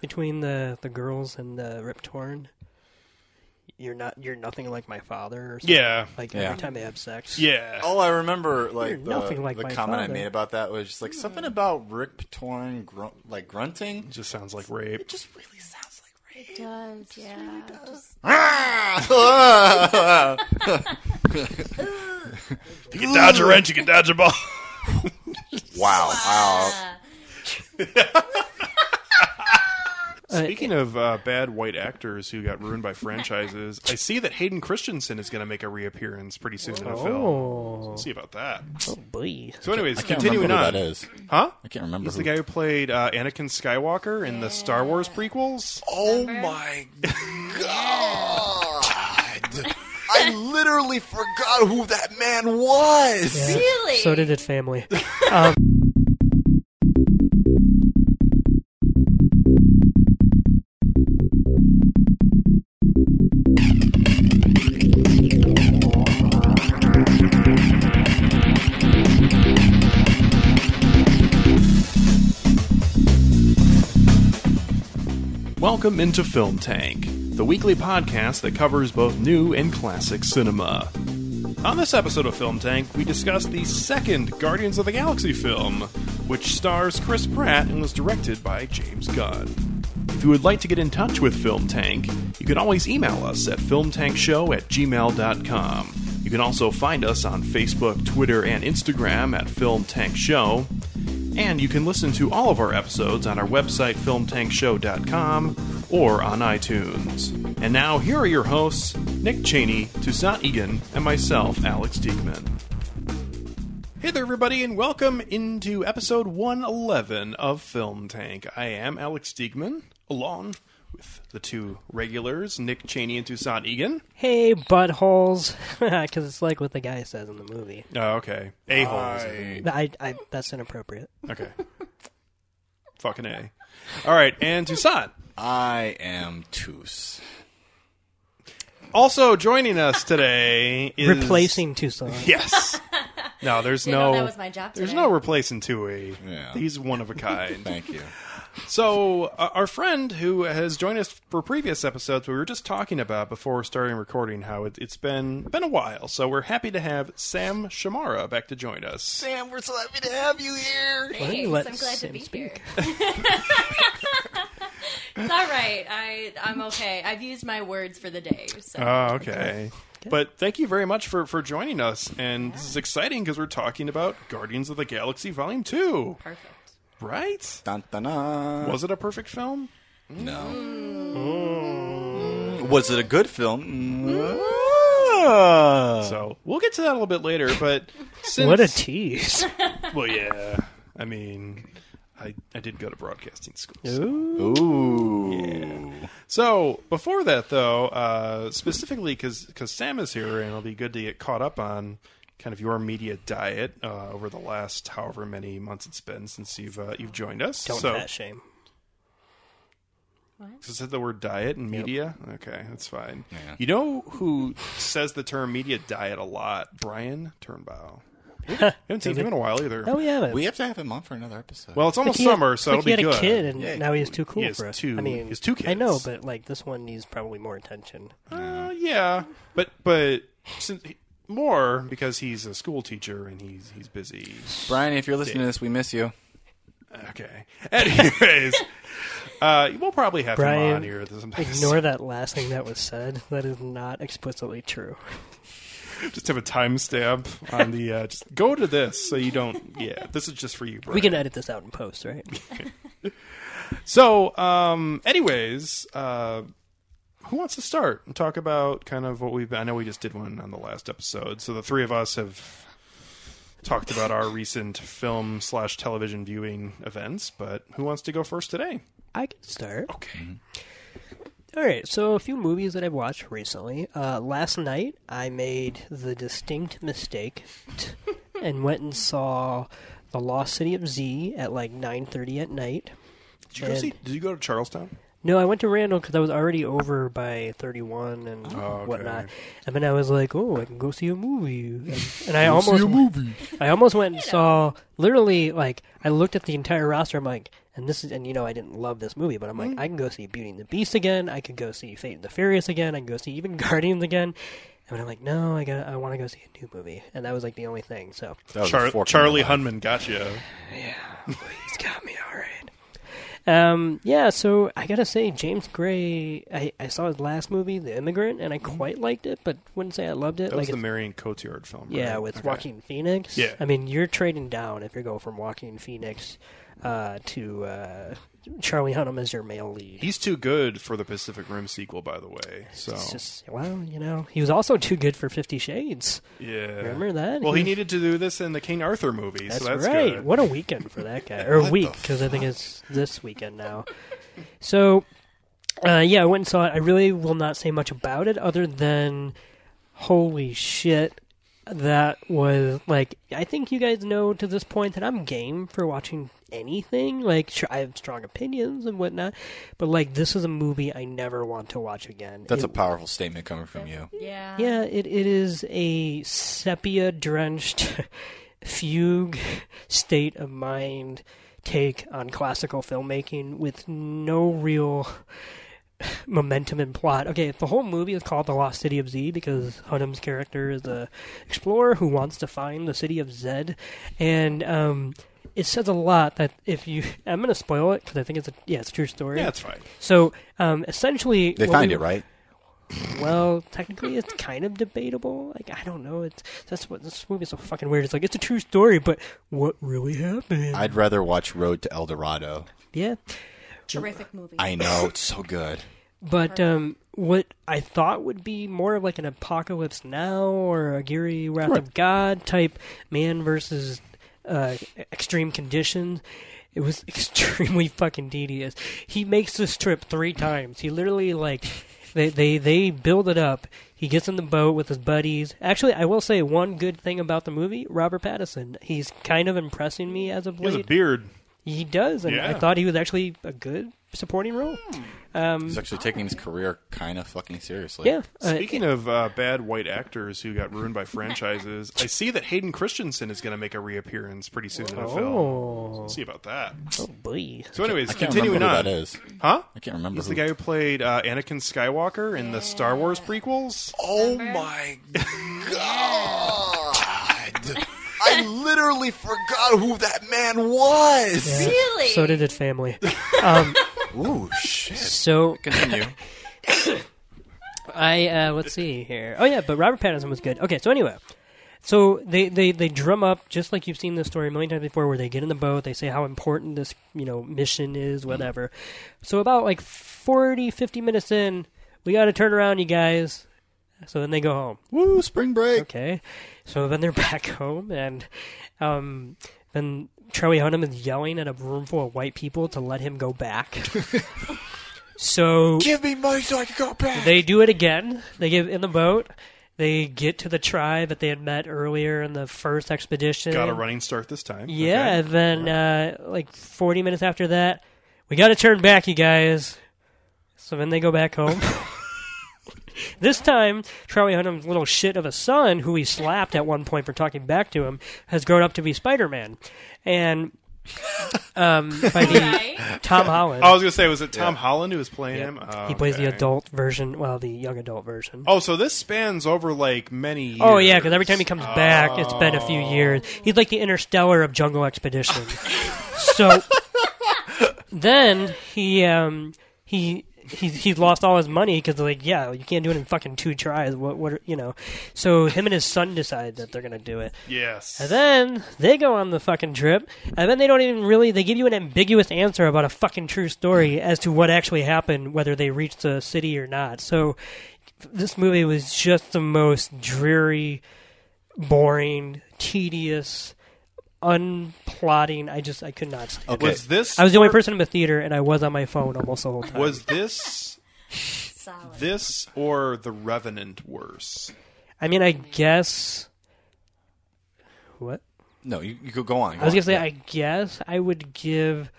between the the girls and the Rip Torn. You're not. You're nothing like my father. Or something. Yeah. Like Yeah. every time they have sex. Yeah. All I remember, like the, nothing like the my comment I father. made about that was just like something about Rick Torn, grun like grunting. It just sounds like rape. It just really sounds like rape. Does yeah. Just- Ah! You can dodge a wrench, you can dodge a ball. wow! Wow! Speaking of uh, bad white actors who got ruined by franchises, I see that Hayden Christensen is going to make a reappearance pretty soon in a film. Oh, We'll see about that. oh boy. So, anyways, I can't continuing remember on. who that is. Huh? I can't remember. He's who. the guy who played uh, Anakin Skywalker in the Star Wars prequels. Oh my god! I literally forgot who that man was. Yeah, Really? So did it family. Welcome into Film Tank, the weekly podcast that covers both new and classic cinema. On this episode of Film Tank, we discuss the second Guardians of the Galaxy film, which stars Chris Pratt and was directed by James Gunn. If you would like to get in touch with Film Tank, you can always email us at filmtankshow at gmail.com. You can also find us on Facebook, Twitter, and Instagram at Film Tank Show. And you can listen to all of our episodes on our website, filmtankshow.com, or on iTunes. And now, here are your hosts, Nick Cheney, Toussaint Egan, and myself, Alex Diekman. Hey there, everybody, and welcome into episode 111 of Film Tank. I am Alex Diekman, along with the two regulars, Nick Cheney and Toussaint Egan. hey, buttholes, because it's like what the guy says in the movie. Oh, okay. A-holes. I think. I, I, that's inappropriate. Okay. Fucking A. All right, and Toussaint. I am Toos. Also joining us today is Replacing Tucson. Yes. No, there's Didn't no. know that was my job There's today. no replacing Tui. Yeah. He's one of a kind. Thank you. so uh, our friend who has joined us for previous episodes, we were just talking about before starting recording how it, it's been been a while. So we're happy to have Sam Shamara back to join us. Sam, we're so happy to have you here. Why don't you Thanks. let I'm glad Sam to be speak? here. it's all right. I I'm okay. I've used my words for the day. So Oh, okay. But thank you very much for, for joining us. And this is exciting because we're talking about Guardians of the Galaxy Volume 2, perfect. right? Dun, dun, dun. Was it a perfect film? No. Was it a good film? Mm. So Oh. we'll get to that a little bit later. But since, What a tease. Well, yeah. I mean, I, I did go to broadcasting school. so- Ooh. So before that, though, uh, specifically because Sam is here, and it'll be good to get caught up on kind of your media diet uh, over the last however many months it's been since you've uh, you've joined us. Don't so that shame. Is that the word diet and media? Okay, that's fine. You know who says the term media diet a lot? Brian Turnbow. We haven't seen him in a while either. No, Oh, we haven't. We have to have him on for another episode. Well, it's almost summer, so like it'll be he had good. a kid, and Yeah, now he's too cool he has for us. two- I mean, he has two I know, kids. but like this one needs probably more attention. Uh, yeah, but but since, more because he's a school teacher and he's he's busy. Brian, if you're listening to this, we miss you. Okay. Anyways, uh, we'll probably have him Brian, on here. sometimes. Ignore that last thing that was said. That is not explicitly true. Just have a timestamp on the. Uh, just go to this so you don't. Yeah, this is just for you, Brian. We can edit this out in post, right? So, um, anyways, uh, who wants to start and talk about kind of what we've? I know we just did one on the last episode, so the three of us have talked about our recent film slash television viewing events. But who wants to go first today? I can start. Mm-hmm. Okay, All right, so a few movies that I've watched recently. Uh, last night, I made the distinct mistake and went and saw The Lost City of Z at like 9:30 at night. did you go And- see? Did you go to Charlestown? No, I went to Randall because I was already over by 31 and Oh, okay. whatnot. And then I was like, oh, I can go see a movie. And, and I See almost a movie. I almost went and saw literally like I looked at the entire roster. I'm like, and this is and you know I didn't love this movie, but I'm Mm. like, I can go see Beauty and the Beast again. I could go see Fate and the Furious again. I can go see even Guardians again. And I'm like, no, I got I want to go see a new movie, and that was like the only thing. So That was a Char- fork in Charlie my life. Hunman got you. he's got me all right. Um, yeah, so I gotta say, James Gray, I, I saw his last movie, The Immigrant, and I quite liked it, but wouldn't say I loved it. Mm-hmm. That was like, the it's- Marion Cotillard film. Yeah, right? with Okay. Joaquin Phoenix. Yeah. I mean, you're trading down if you go from Joaquin Phoenix uh, to uh, Charlie Hunnam as your male lead. He's too good for the Pacific Rim sequel, by the way. So It's just, well, you know, he was also too good for Fifty Shades. yeah, Remember that? Well, he was- needed to do this in the King Arthur movie, That's, so that's right. good. What a weekend for that guy, or week because I think it's this weekend now. So, uh, yeah, I went and saw it. I really will not say much about it other than, holy shit, that was like. I think you guys know to this point that I'm game for watching anything. Like, sure, I have strong opinions and whatnot, but like, this is a movie I never want to watch again. That's It- a powerful statement coming from you. Yeah. yeah, it, it is a sepia drenched fugue state of mind take on classical filmmaking with no real momentum and plot. Okay, the whole movie is called The Lost City of Z because Hunnam's character is a explorer who wants to find the city of Z and um it says a lot that if you, I'm going to spoil it because I think it's a yeah, it's a true story. Yeah, that's fine. So, um, essentially, They what find we- it, right? well, technically, it's kind of debatable. Like, I don't know. It's that's what this movie's so fucking weird. It's like it's a true story, but what really happened? I'd rather watch Road to El Dorado. yeah, Terrific movie. I know it's so good. but um, what I thought would be more of like an apocalypse now or a Gary Wrath of God type man versus uh, extreme conditions. It was extremely fucking tedious. He makes this trip three times. He literally like they they they build it up. He gets in the boat with his buddies. Actually, I will say one good thing about the movie: Robert Pattinson. He's kind of impressing me as of He has a late. beard. He does, and I Yeah. Hmm. thought he was actually a good supporting role. He's actually taking his career kind of fucking seriously. Yeah. uh, Speaking of uh, bad white actors who got ruined by franchises, I see that Hayden Christensen is going to make a reappearance pretty soon in a film. So we'll see about that. Oh boy. So, anyways, I can't continuing remember who on. that is. Huh? I can't remember. He's who. the guy who played uh, Anakin Skywalker in the Star Wars prequels. Oh my god! I literally forgot who that man was. Really? So did it family. Ooh shit! So Continue. I uh, let's see here. Oh yeah, but Robert Pattinson was good. Okay, so anyway, so they, they they drum up just like you've seen this story a million times before, where they get in the boat, they say how important this you know mission is, whatever. So about like 40, 50 minutes in, we got to turn around, you guys. So then they go home. Woo! Spring break. Okay. So then they're back home, and um, then Charlie Hunnam is yelling at a room full of white people to let him go back. so Give me money so I can go back. they do it again. They get in the boat. They get to the tribe that they had met earlier in the first expedition. Got a running start this time. Yeah, Okay. and then uh, like 40 minutes after that, we got to turn back, you guys. So then they go back home. this time, Charlie Hunnam's little shit of a son, who he slapped at one point for talking back to him, has grown up to be Spider Man. And um, by the Right? Tom Holland. I was going to say, was it Tom Holland who was playing him? he plays the Oh, Okay. adult version, well, the young adult version. Oh, so this spans over like many. Years. Oh yeah, because every time he comes back, it's been a few years. He's like the interstellar of Jungle Expedition. so then he um, he he's he's lost all his money because like yeah, you can't do it in fucking two tries. What what are- you know? So him and his son decide that they're gonna do it. Yes. And then they go on the fucking trip, and then they don't even really. They give you an ambiguous answer about a fucking true story as to what actually happened, whether they reached the city or not. So this movie was just the most dreary, boring, tedious, unplotting. I just I could not. Stand. Okay. was this I was the only person in the theater, and I was on my phone almost the whole time. was this Solid. this or The Revenant worse? I mean, I guess what. no, you, you could go on. I was gonna say, I guess I would give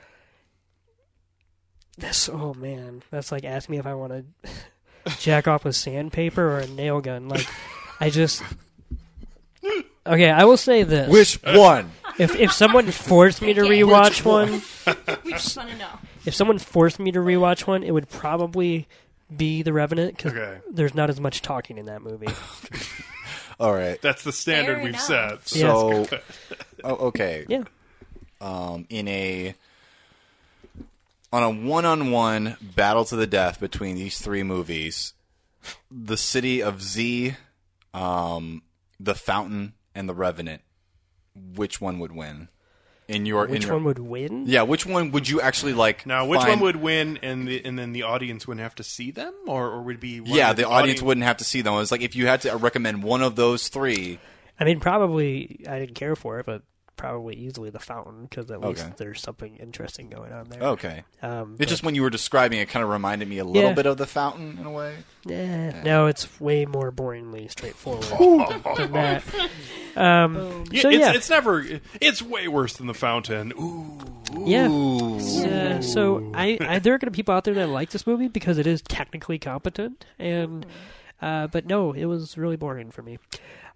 That's oh man, that's like asking me if I want to jack off with sandpaper or a nail gun. Like, I just okay. I will say this: Which one? if if someone forced me to Okay. rewatch one, We just want to know. if someone forced me to rewatch one, it would probably be The Revenant because Okay. there's not as much talking in that movie. All right. That's the standard Fair we've enough. set. Yeah. So, oh, okay. Yeah, Um, in a on a one-on-one battle to the death between these three movies, the city of Z, um, the Fountain, and the Revenant. Which one would win? In your in which your, one would win? Yeah, which one would you actually like? Now, which one find- would win, and the, and then the audience wouldn't have to see them, or, or would be one Yeah, of the audience wouldn't have to see them. It's like if you had to recommend one of those three. I mean, probably I didn't care for it, but probably easily The Fountain because at Okay. Oh. least there's something interesting going on there. Okay. Um, It's just when you were describing it, kind of reminded me a little Yeah. bit of the fountain in a way. Yeah. No, it's way more boringly straightforward than that. Um, Yeah, so it's, yeah, it's never. It's way worse than the fountain. Ooh, yeah. Ooh. Yeah, so I, I there are going to be people out there that like this movie because it is technically competent, and uh, but no, it was really boring for me.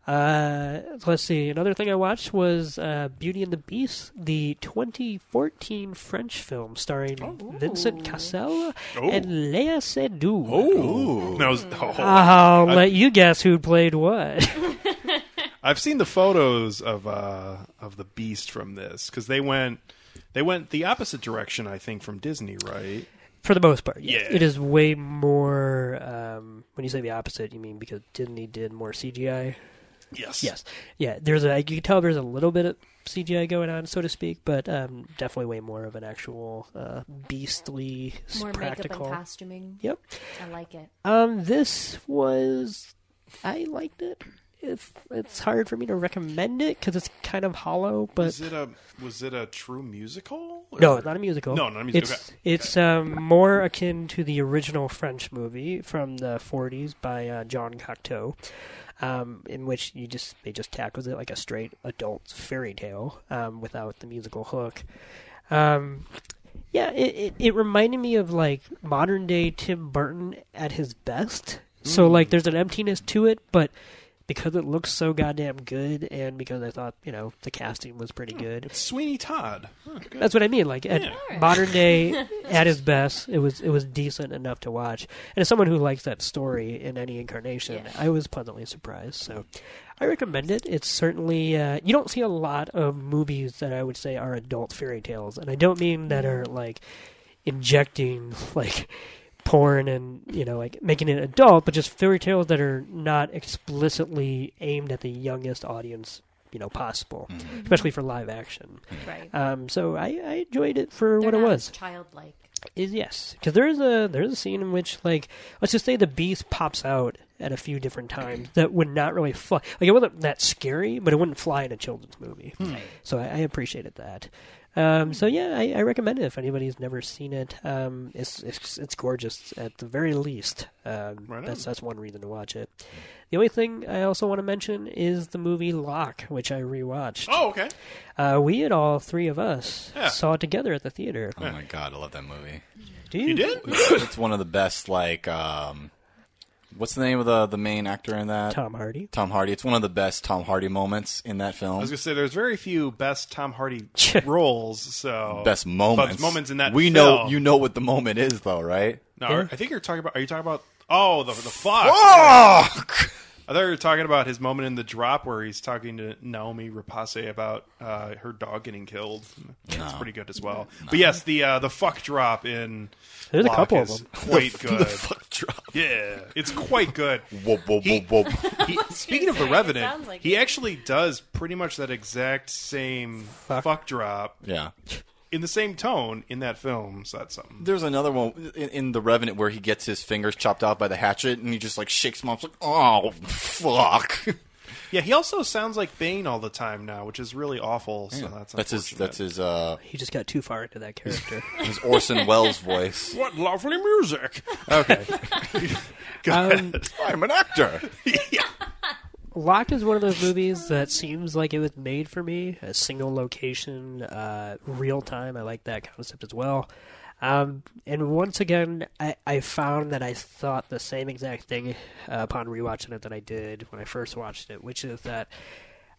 Uh, let's see. Another thing I watched was uh, Beauty and the Beast, the 2014 French film starring Vincent Cassel and Léa Seydoux. ooh. That Hmm. was- oh. I'll let you guess who played what. I've seen the photos of uh, of the beast from this because they went they went the opposite direction, I think, from Disney, right? For the most part, yes. Yeah. It is way more. Um, when you say the opposite, you mean because Disney did more CGI. Yes. Yes, yeah. There's a you can tell there's a little bit of CGI going on, so to speak, but um, definitely way more of an actual uh, beastly s- More practical. makeup and costuming. yep. I like it. Um, this was I liked it. It's it's hard for me to recommend it because it's kind of hollow, but Was it a was it a true musical? Or- No, it's not a musical. No, not a musical. It's it's um, more akin to the original French movie from the '40s by uh, John Cocteau, um, in which you just they just tackles it like a straight adult fairy tale um, without the musical hook. Um, yeah, it, it it reminded me of like modern day Tim Burton at his best. So like, there's an emptiness to it, but. Because it looks so goddamn good, and because I thought you know the casting was pretty good, Sweeney Todd. Huh, good. that's what I mean. Like at Yeah. modern day, at his best, it was it was decent enough to watch. And as someone who likes that story in any incarnation, Yeah. I was pleasantly surprised. So I recommend it. It's certainly uh, you don't see a lot of movies that I would say are adult fairy tales, and I don't mean that are like injecting like porn and you know like making it adult, but just fairy tales that are not explicitly aimed at the youngest audience you know possible, Mm-hmm. especially for live action. Right. Um, so I, I enjoyed it for They're what it not was. Childlike. Is yes, because there is a there is a scene in which like let's just say the beast pops out at a few different times that would not really fly. Like it wasn't that scary, but it wouldn't fly in a children's movie. So I, I appreciated that. Um, so yeah, I, I recommend it if anybody's never seen it. Um, it's, it's it's gorgeous at the very least. Um, Right on. that's that's one reason to watch it. The only thing I also want to mention is the movie Lock, which I rewatched. Oh, okay. Uh, we had all three of us Yeah. saw it together at the theater. Oh my god, I love that movie. Do You did? it's one of the best. Like, um, what's the name of the the main actor in that? Tom Hardy. Tom Hardy. It's one of the best Tom Hardy moments in that I film. was gonna say there's very few best Tom Hardy roles, so Best moments. Best moments in that. We know film. you know what the moment is though, right? No, Yeah. I think you're talking about. Are you talking about? Oh, the the fox. Fuck. I thought you were talking about his moment in the drop where he's talking to Naomi Rapace about uh, her dog getting killed. That's pretty good as well. But yes, the uh, the fuck drop in There's a Lock couple of is them. Quite the good. fuck drop. yeah, it's quite good. Whoa, whoa, whoa, He- whoa. He, speaking of the It Revenant, sounds like he it. actually does pretty much that exact same fuck, drop Yeah. in the same tone in that film. So that's something. There's another one in, in The Revenant where he gets his fingers chopped off by the hatchet and he just like shakes them off like, oh fuck. Yeah, he also sounds like Bane all the time now, which is really awful. So that's That's his. unfortunate. That's his. Uh, He just got too far into that character. his Orson Welles voice. what lovely music. Okay, um, I'm an actor. Lock is one of those movies that seems like it was made for me. A single location, uh, real time. I like that concept as well. Um, and once again, I, I found that I thought the same exact thing uh, upon rewatching it that I did when I first watched it, which is that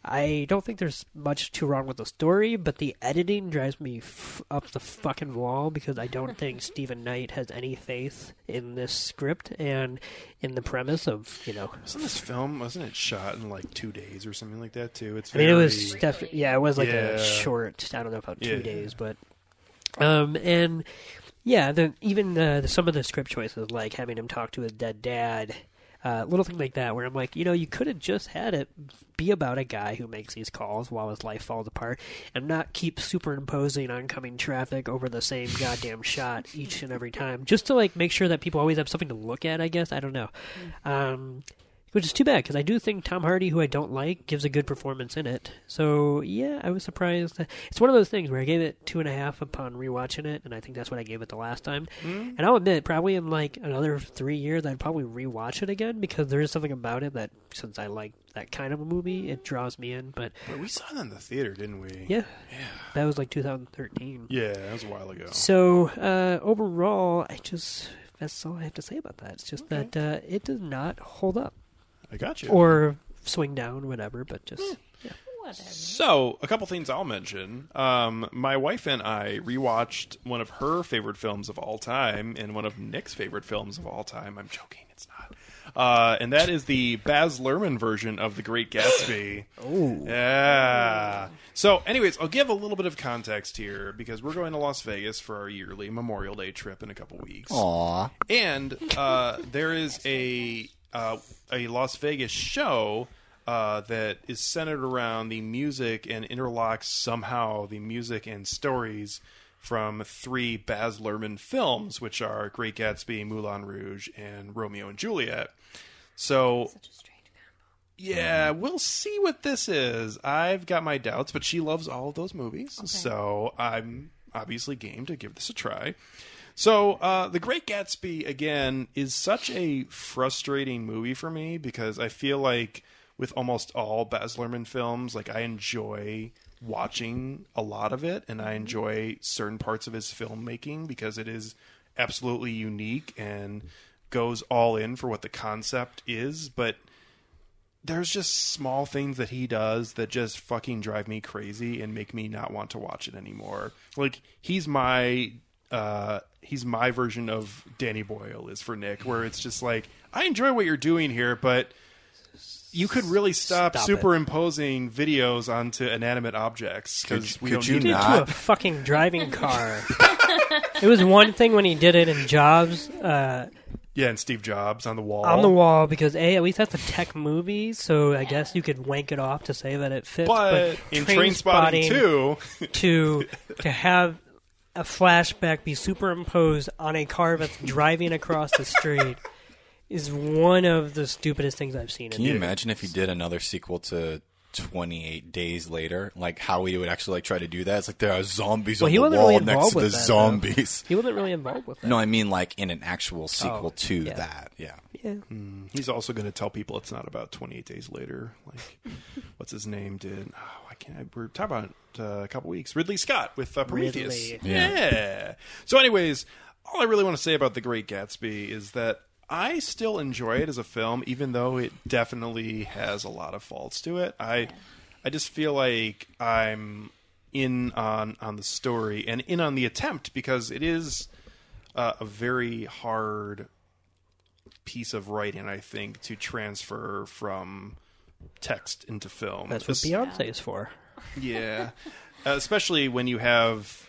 I don't think there's much too wrong with the story, but the editing drives me f- up the fucking wall because I don't think Stephen Knight has any faith in this script and in the premise of you know. Wasn't this film? Wasn't it shot in like two days or something like that too? It's I mean, it was very- def- yeah, it was like Yeah. a short. I don't know about two Yeah. days, but um, and yeah, the, even uh, the, some of the script choices, like having him talk to his dead dad, uh, little thing like that, where I'm like, you know, you could have just had it be about a guy who makes these calls while his life falls apart, and not keep superimposing oncoming traffic over the same goddamn shot each and every time, just to like make sure that people always have something to look at. I guess I don't know. Um, which is too bad because I do think Tom Hardy, who I don't like, gives a good performance in it. So yeah, I was surprised. that- It's one of those things where I gave it two and a half upon rewatching it, and I think that's what I gave it the last time. And I'll admit, probably in like another three years, I'd probably rewatch it again because there is something about it that, since I like that kind of a movie, it draws me in. But Wait, we saw that in the theater, didn't we? yeah, that was like 2013. Yeah, that was a while ago. So uh, overall, I just that's all I have to say about that. It's just that uh, it does not hold up I got you. or swing down, whatever. But just. Whatever. So, a couple things I'll mention. Um, my wife and I rewatched one of her favorite films of all time and one of Nick's favorite films of all time. I'm joking, it's not. Uh, and that is the Baz Luhrmann version of The Great Gatsby. oh. Yeah. So, anyways, I'll give a little bit of context here because we're going to Las Vegas for our yearly Memorial Day trip in a couple weeks. Aw. And uh, there is a uh, a Las Vegas show uh, that is centered around the music and interlocks somehow the music and stories from three Baz Luhrmann films, which are Great Gatsby, Moulin Rouge, and Romeo and Juliet. So Such a strange combo. yeah, we'll see what this is. I've got my doubts, but she loves all of those movies, so I'm obviously game to give this a try. So, uh, The Great Gatsby again is such a frustrating movie for me because I feel like with almost all Baz Luhrmann films, like I enjoy watching a lot of it, and I enjoy certain parts of his filmmaking because it is absolutely unique and goes all in for what the concept is, but there's just small things that he does that just fucking drive me crazy and make me not want to watch it anymore. Like he's my uh he's my version of Danny Boyle is for Nick where it's just like I enjoy what you're doing here but you could really stop, Stop it. superimposing videos onto inanimate objects because Could- we could don't you need did that. not? to a fucking driving car. it was one thing when he did it in Jobs uh, Yeah, and Steve Jobs on the wall. on the wall because a at least that's a tech movie, so I guess you could wank it off to say that it fits. But, in Train Spotting too, to to have a flashback be superimposed on a car that's driving across the street is one of the stupidest things I've seen. Can in you it. imagine if you did another sequel to 28 Days Later? Like how we would actually like try to do that? It's like there are zombies Well, he on the wasn't wall really next involved to the with that, though. zombies. He wasn't really involved with that. No, I mean like in an actual sequel Oh, to yeah. that. Yeah. Yeah. He's also going to tell people it's not about 28 days later. Like, what's his name did? Oh, I can't. We're talking about it, uh, a couple weeks. Ridley Scott with uh, Prometheus. Ridley. Yeah. So, anyways, all I really want to say about The Great Gatsby is that I still enjoy it as a film, even though it definitely has a lot of faults to it. I, I just feel like I'm in on on the story and in on the attempt because it is uh, a very hard piece of writing, I think, to transfer from text into film. That's what Es- Beyonce is for. yeah, uh, especially when you have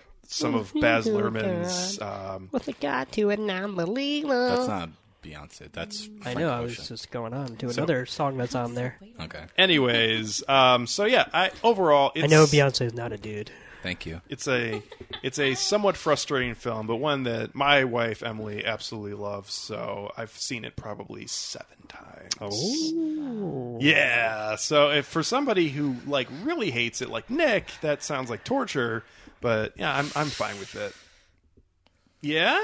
some of Baz Luhrmann's. Um, With a guy to an unbelievable. That's not Beyonce. That's I Frank know. I was Ocean. just going on to another song that's on there. Okay. anyways, um, so yeah, I overall, it's, I know Beyonce is not a dude. Thank you. It's a it's a somewhat frustrating film, but one that my wife Emily absolutely loves. So I've seen it probably seven times. Oh, yeah. So if for somebody who like really hates it, like Nick, that sounds like torture. But yeah, I'm I'm fine with it. Yeah.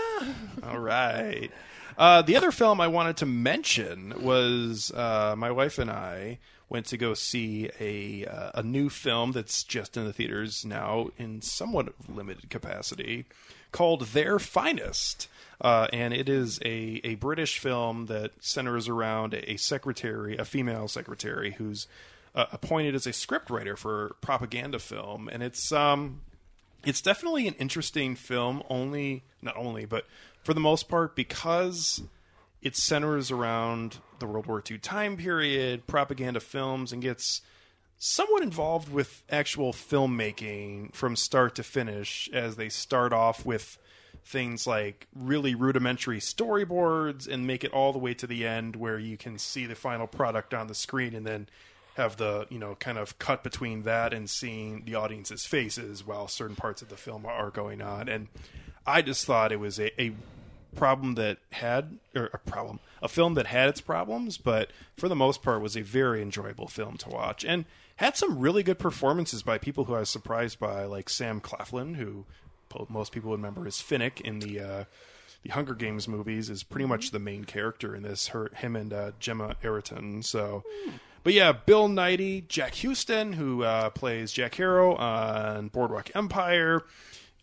All right. Uh, the other film I wanted to mention was uh, my wife and I went to go see a uh, a new film that's just in the theaters now in somewhat limited capacity called Their Finest. Uh, and it is a, a British film that centers around a secretary, a female secretary, who's uh, appointed as a scriptwriter for propaganda film. And it's um, it's definitely an interesting film only not only but for the most part because it centers around the world war ii time period propaganda films and gets somewhat involved with actual filmmaking from start to finish as they start off with things like really rudimentary storyboards and make it all the way to the end where you can see the final product on the screen and then have the you know kind of cut between that and seeing the audience's faces while certain parts of the film are going on and i just thought it was a, a problem that had or a problem a film that had its problems but for the most part was a very enjoyable film to watch and had some really good performances by people who i was surprised by like sam claflin who po- most people would remember as finnick in the uh the Hunger Games movies is pretty much the main character in this. Her, him, and uh, Gemma Ayrton. So, but yeah, Bill Knighty, Jack Houston, who uh, plays Jack Harrow on Boardwalk Empire.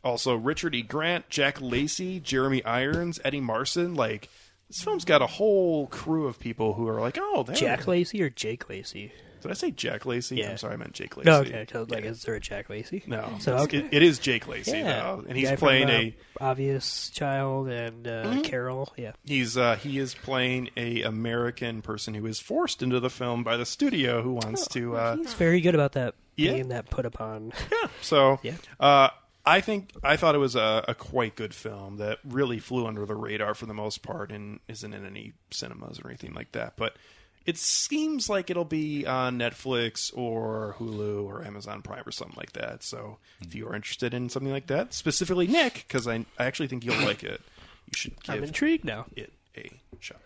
Also, Richard E. Grant, Jack Lacey, Jeremy Irons, Eddie Marson. Like this film's got a whole crew of people who are like, oh, there. Jack Lacey or Jake Lacey? Did I say Jack Lacey? Yeah. I'm sorry, I meant Jake Lacey. No, okay. 'cause I was like, is there a Jack Lacey? No, So it's- okay. it- it is Jake Lacey, yeah, though, and he's Guy from, playing uh, a obvious child and uh, Mm-hmm. Carol. Yeah, He's uh, he is playing a American person who is forced into the film by the studio who Oh, wants to. Uh, it's very good about that Yeah. being that put upon. so Yeah. uh, I think I thought it was a, a quite good film that really flew under the radar for the most part and isn't in any cinemas or anything like that. But it seems like it'll be on Netflix or Hulu or Amazon Prime or something like that. So if you are interested in something like that, specifically Nick, because I I actually think you'll like it. You should I'm give intrigued now. it a shot.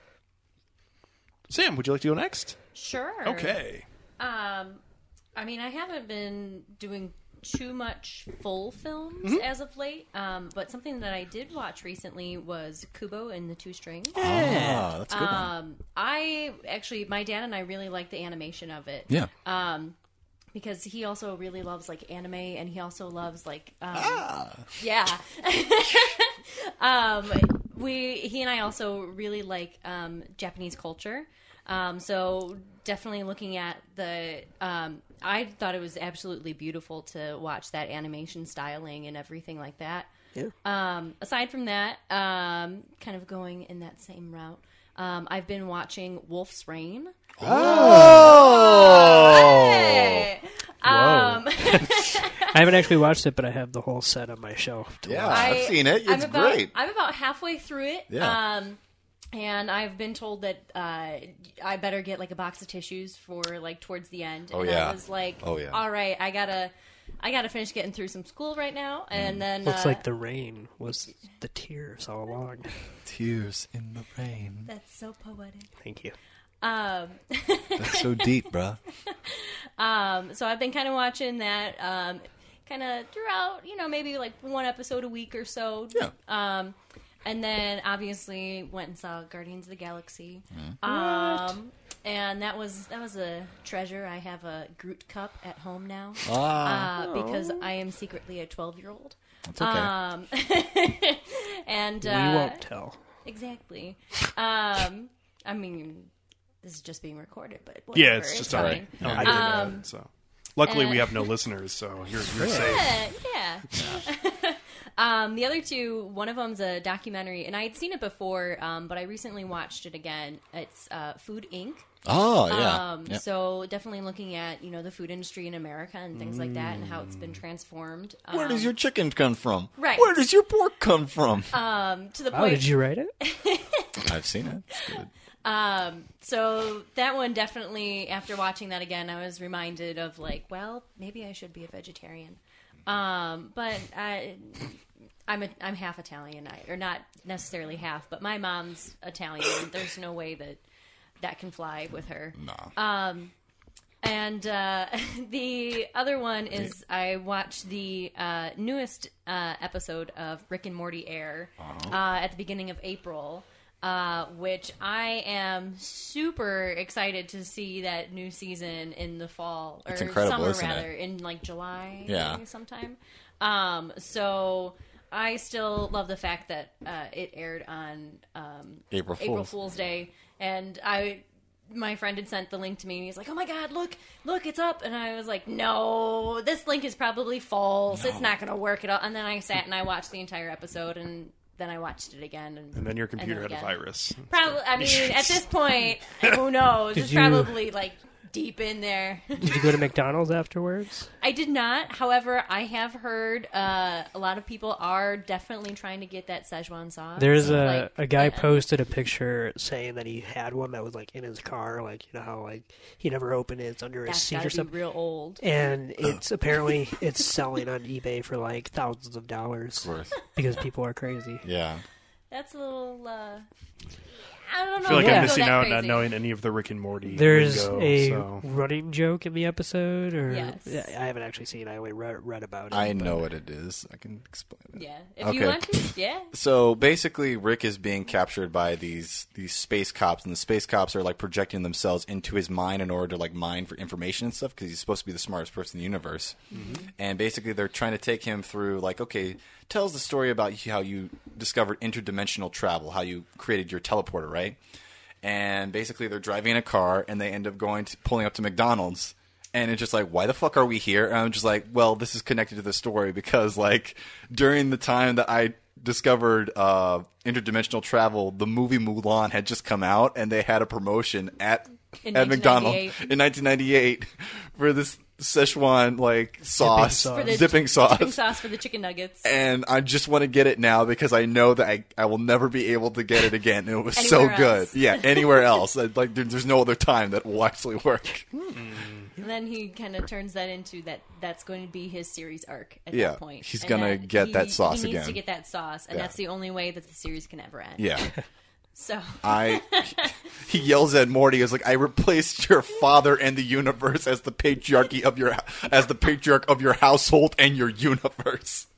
Sam, would you like to go next? Sure. Okay. Um, I mean, I haven't been doing too much full films as of late, um, but something that I did watch recently was Kubo and the Two Strings. Ah, that's a good one. Um, I actually, my dad and I really like the animation of it. Yeah. because he also really loves like anime and he also loves like um, yeah um, we he and i also really like um, japanese culture um, so definitely looking at the um, i thought it was absolutely beautiful to watch that animation styling and everything like that Yeah. um, aside from that um, kind of going in that same route um, i've been watching wolf's rain Oh, Hey! um, I haven't actually watched it, but I have the whole set on my shelf. to yeah, watch. I, have seen it. It's I'm about, great. I'm about halfway through it. Yeah. Um, and I've been told that uh, I better get like a box of tissues for like towards the end. Oh, and yeah. I was like, Oh, yeah. All right, I gotta, I gotta finish getting through some school right now, Mm. and then Looks uh, like the rain was the tears all along. Tears in the rain. that's so poetic. Thank you. Um, That's so deep, bruh. um, so I've been kind of watching that, um, kind of throughout, you know, maybe like one episode a week or so. Yeah. Um, and then obviously went and saw Guardians of the Galaxy. Mm-hmm. Um, and that was that was a treasure. I have a Groot cup at home now Ah, uh, Oh. because I am secretly a twelve year old. that's okay. Um, and uh, we won't tell. Exactly. Um, I mean, this is just being recorded, but Yeah, whatever, it's just fine. all right. No, I did that, so. Luckily, we uh, have no listeners, so you're, you're safe. Yeah, yeah. um, the other two, one of them's a documentary, and I had seen it before, um, but I recently watched it again. It's uh, Food Inc. oh, yeah. Um, yeah. So definitely looking at you know the food industry in America and things like that, and how it's been transformed. Um, Mm. Where does your chicken come from? Right. Uh, Where does your pork come from? to the Oh, point? did you write it? I've seen it. It's good. so that one definitely. After watching that again, I was reminded of like, well, maybe I should be a vegetarian. Um, but I, I'm a, I'm half Italian, I, or not necessarily half, but my mom's Italian. There's no way that that can fly with her. uh, And uh, the other one is I watched the uh, newest uh, episode of Rick and Morty Air uh, at the beginning of April, uh, which I am super excited to see that new season in the fall or incredible, summer isn't it? rather in like July, Yeah. sometime. Um, so I still love the fact that uh, it aired on um, April April Fool's. Fool's Day, and I, my friend had sent the link to me, and he's like, "Oh my God, look, look, it's up!" And I was like, "No, this link is probably false. It's not going to work at all." And then I sat and I watched the entire episode, and then I watched it again, and, And then your computer had then a again. virus. Probably, I mean, at this point, who knows? Did It's you- probably like deep in there. Did you go to McDonald's afterwards? I did not. However, I have heard uh, a lot of people are definitely trying to get that Szechuan sauce. There's a, Like, uh, a guy yeah. posted a picture saying that he had one that was like in his car, like you know how like he never opened it, it's under his That's seat gotta or be something. real old. And it's apparently it's selling on eBay for like thousands of dollars course. because people are crazy. Yeah. That's a little. Uh, I don't know. I feel like if I'm I'd go missing that out not Oh, crazy. knowing any of the Rick and Morty. There's lingo, a so. running joke in the episode, or Yes. Yeah, I haven't actually seen. it. I only read, read about it. I but- know what it is. I can explain it. Yeah, if Okay. you want to, yeah. So basically, Rick is being captured by these these space cops, and the space cops are like projecting themselves into his mind in order to like mine for information and stuff because he's supposed to be the smartest person in the universe. And basically, they're trying to take him through like, okay, tell us the story about how you discovered interdimensional travel, how you created your teleporter, right? And basically, they're driving in a car, and they end up going to pulling up to McDonald's. And it's just like, why the fuck are we here? And I'm just like, well, this is connected to the story because, like, during the time that I discovered uh, interdimensional travel, the movie Mulan had just come out, and they had a promotion at In at McDonald's 1998. in 1998 for this Szechuan like sauce, sauce. For the dipping sauce. Dipping sauce for the chicken nuggets. And I just want to get it now because I know that I, I will never be able to get it again. And it was so Anywhere good. else. Yeah, anywhere else. I'd like there, there's no other time that will actually work. And then he kind of turns that into that. That's going to be his series arc at Yeah, that point. he's And gonna that get he- that sauce he needs again. to get that sauce, and Yeah. that's the only way that the series can ever end. Yeah. So I he yells at Morty. He's like, "I replaced your father and the universe as the patriarchy of your as the patriarch of your household and your universe."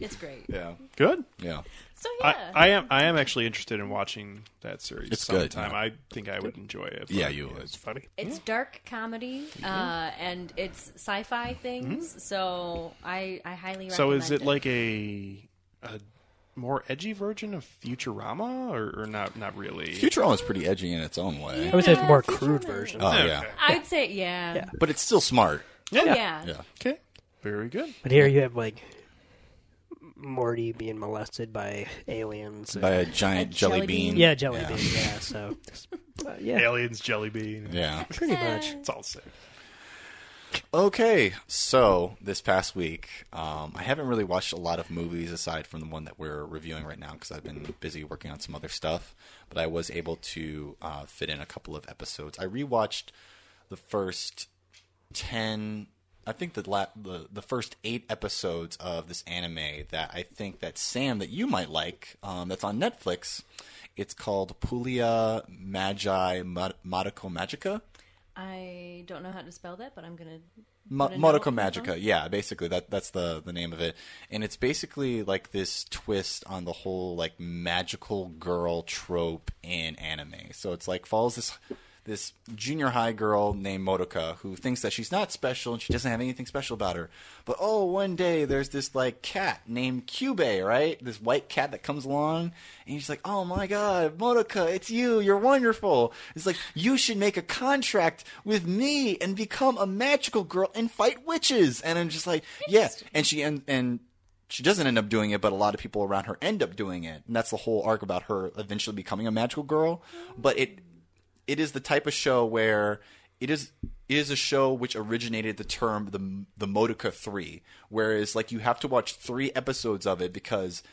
it's great. Yeah. good. Yeah. So I, yeah, I am I am actually interested in watching that series. It's good, sometime. yeah. I think I would enjoy it. Yeah, but you would. It's funny. it's dark comedy uh, Mm-hmm. and it's sci-fi things. So I, I highly recommend. So is it like a a more edgy version of Futurama or, or not? Not really. Futurama is pretty edgy in its own way. I would say it's a more Yeah, crude Futurama. version. Oh Okay. yeah. I'd say yeah. Yeah. But it's still smart. Oh yeah. Yeah. Okay. Very good. But here you have like Morty being molested by aliens. By a giant jelly, jelly bean. bean. yeah, jelly Yeah. bean. Yeah, so uh, yeah, Aliens, Jelly Bean. Yeah. pretty much. It's all sick. Okay, so this past week, um, I haven't really watched a lot of movies aside from the one that we're reviewing right now because I've been busy working on some other stuff. But I was able to uh, fit in a couple of episodes. I rewatched the first ten, I think the, la- the the first eight episodes of this anime that I think that Sam that you might like. Um, that's on Netflix. It's called Pulia Magi Mod- Modico Magica. I don't know how to spell that, but I'm gonna. Mo- put a note Modico on the Magica, phone. yeah, basically that that's the the name of it, and it's basically like this twist on the whole like magical girl trope in anime. So it's like follows this this junior high girl named Modoka who thinks that she's not special and she doesn't have anything special about her. But oh, one day there's this like cat named Cube, right? This white cat that comes along and he's like, "Oh my god, Modoka, it's you. You're wonderful." It's like, "You should make a contract with me and become a magical girl and fight witches." And I'm just like, "Yeah." And she and and she doesn't end up doing it, but a lot of people around her end up doing it, and that's the whole arc about her eventually becoming a magical girl. But it it is the type of show where it is it is a show which originated the term the the Modica Three, whereas like you have to watch three episodes of it because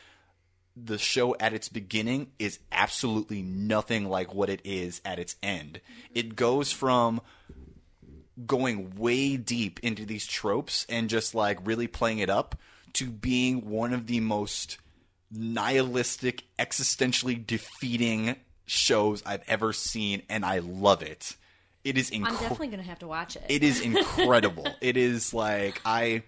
the show at its beginning is absolutely nothing like what it is at its end. It goes from going way deep into these tropes and just like really playing it up to being one of the most nihilistic, existentially defeating shows I've ever seen, and I love it. It is I'm incredible definitely gonna have to watch it. it is incredible. it is like I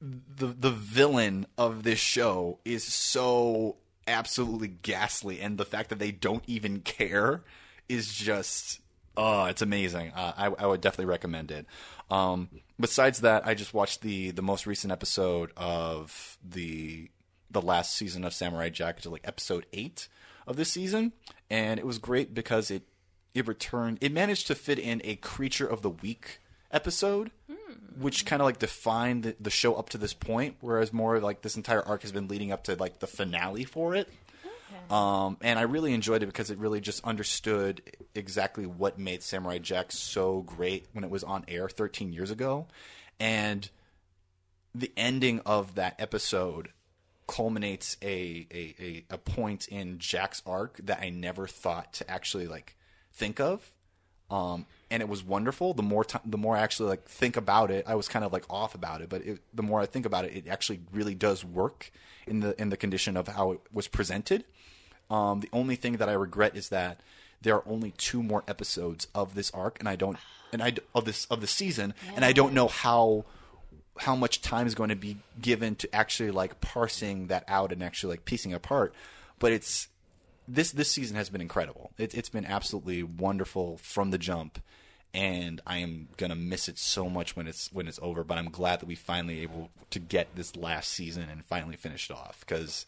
the the villain of this show is so absolutely ghastly and the fact that they don't even care is just Oh, it's amazing. Uh, I, I would definitely recommend it. Um, besides that, I just watched the the most recent episode of the the last season of Samurai Jack, which is like episode eight of this season, and it was great because it it returned. It managed to fit in a creature of the week episode, which kind of like defined the, the show up to this point. Whereas more like this entire arc has been leading up to like the finale for it. Um, and I really enjoyed it because it really just understood exactly what made Samurai Jack so great when it was on air 13 years ago. And the ending of that episode culminates a, a, a, a point in Jack's arc that I never thought to actually like think of. Um, and it was wonderful. The more time, the more I actually like think about it, I was kind of like off about it, but it, the more I think about it, it actually really does work in the, in the condition of how it was presented. Um, the only thing that I regret is that there are only two more episodes of this arc, and I don't, and I of this of the season, and I don't know how how much time is going to be given to actually like parsing that out and actually like piecing apart. But it's this this season has been incredible. It, it's been absolutely wonderful from the jump, and I am gonna miss it so much when it's when it's over. But I'm glad that we finally able to get this last season and finally finish it off because.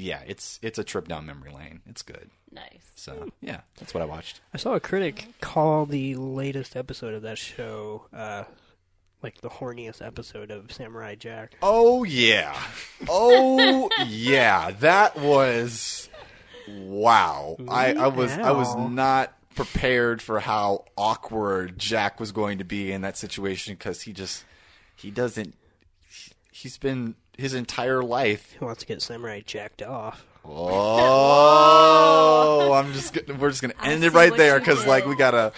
Yeah, it's it's a trip down memory lane. It's good. Nice. So yeah, that's what I watched. I saw a critic call the latest episode of that show, uh, like the horniest episode of Samurai Jack. Oh yeah. Oh yeah. That was wow. I, I was I was Wow. not prepared for how awkward Jack was going to be in that situation because he just he doesn't he- he's been his entire life. Who wants to get Samurai jacked off? Oh, I'm just gonna- we're just gonna end it see right what there you because like did. we gotta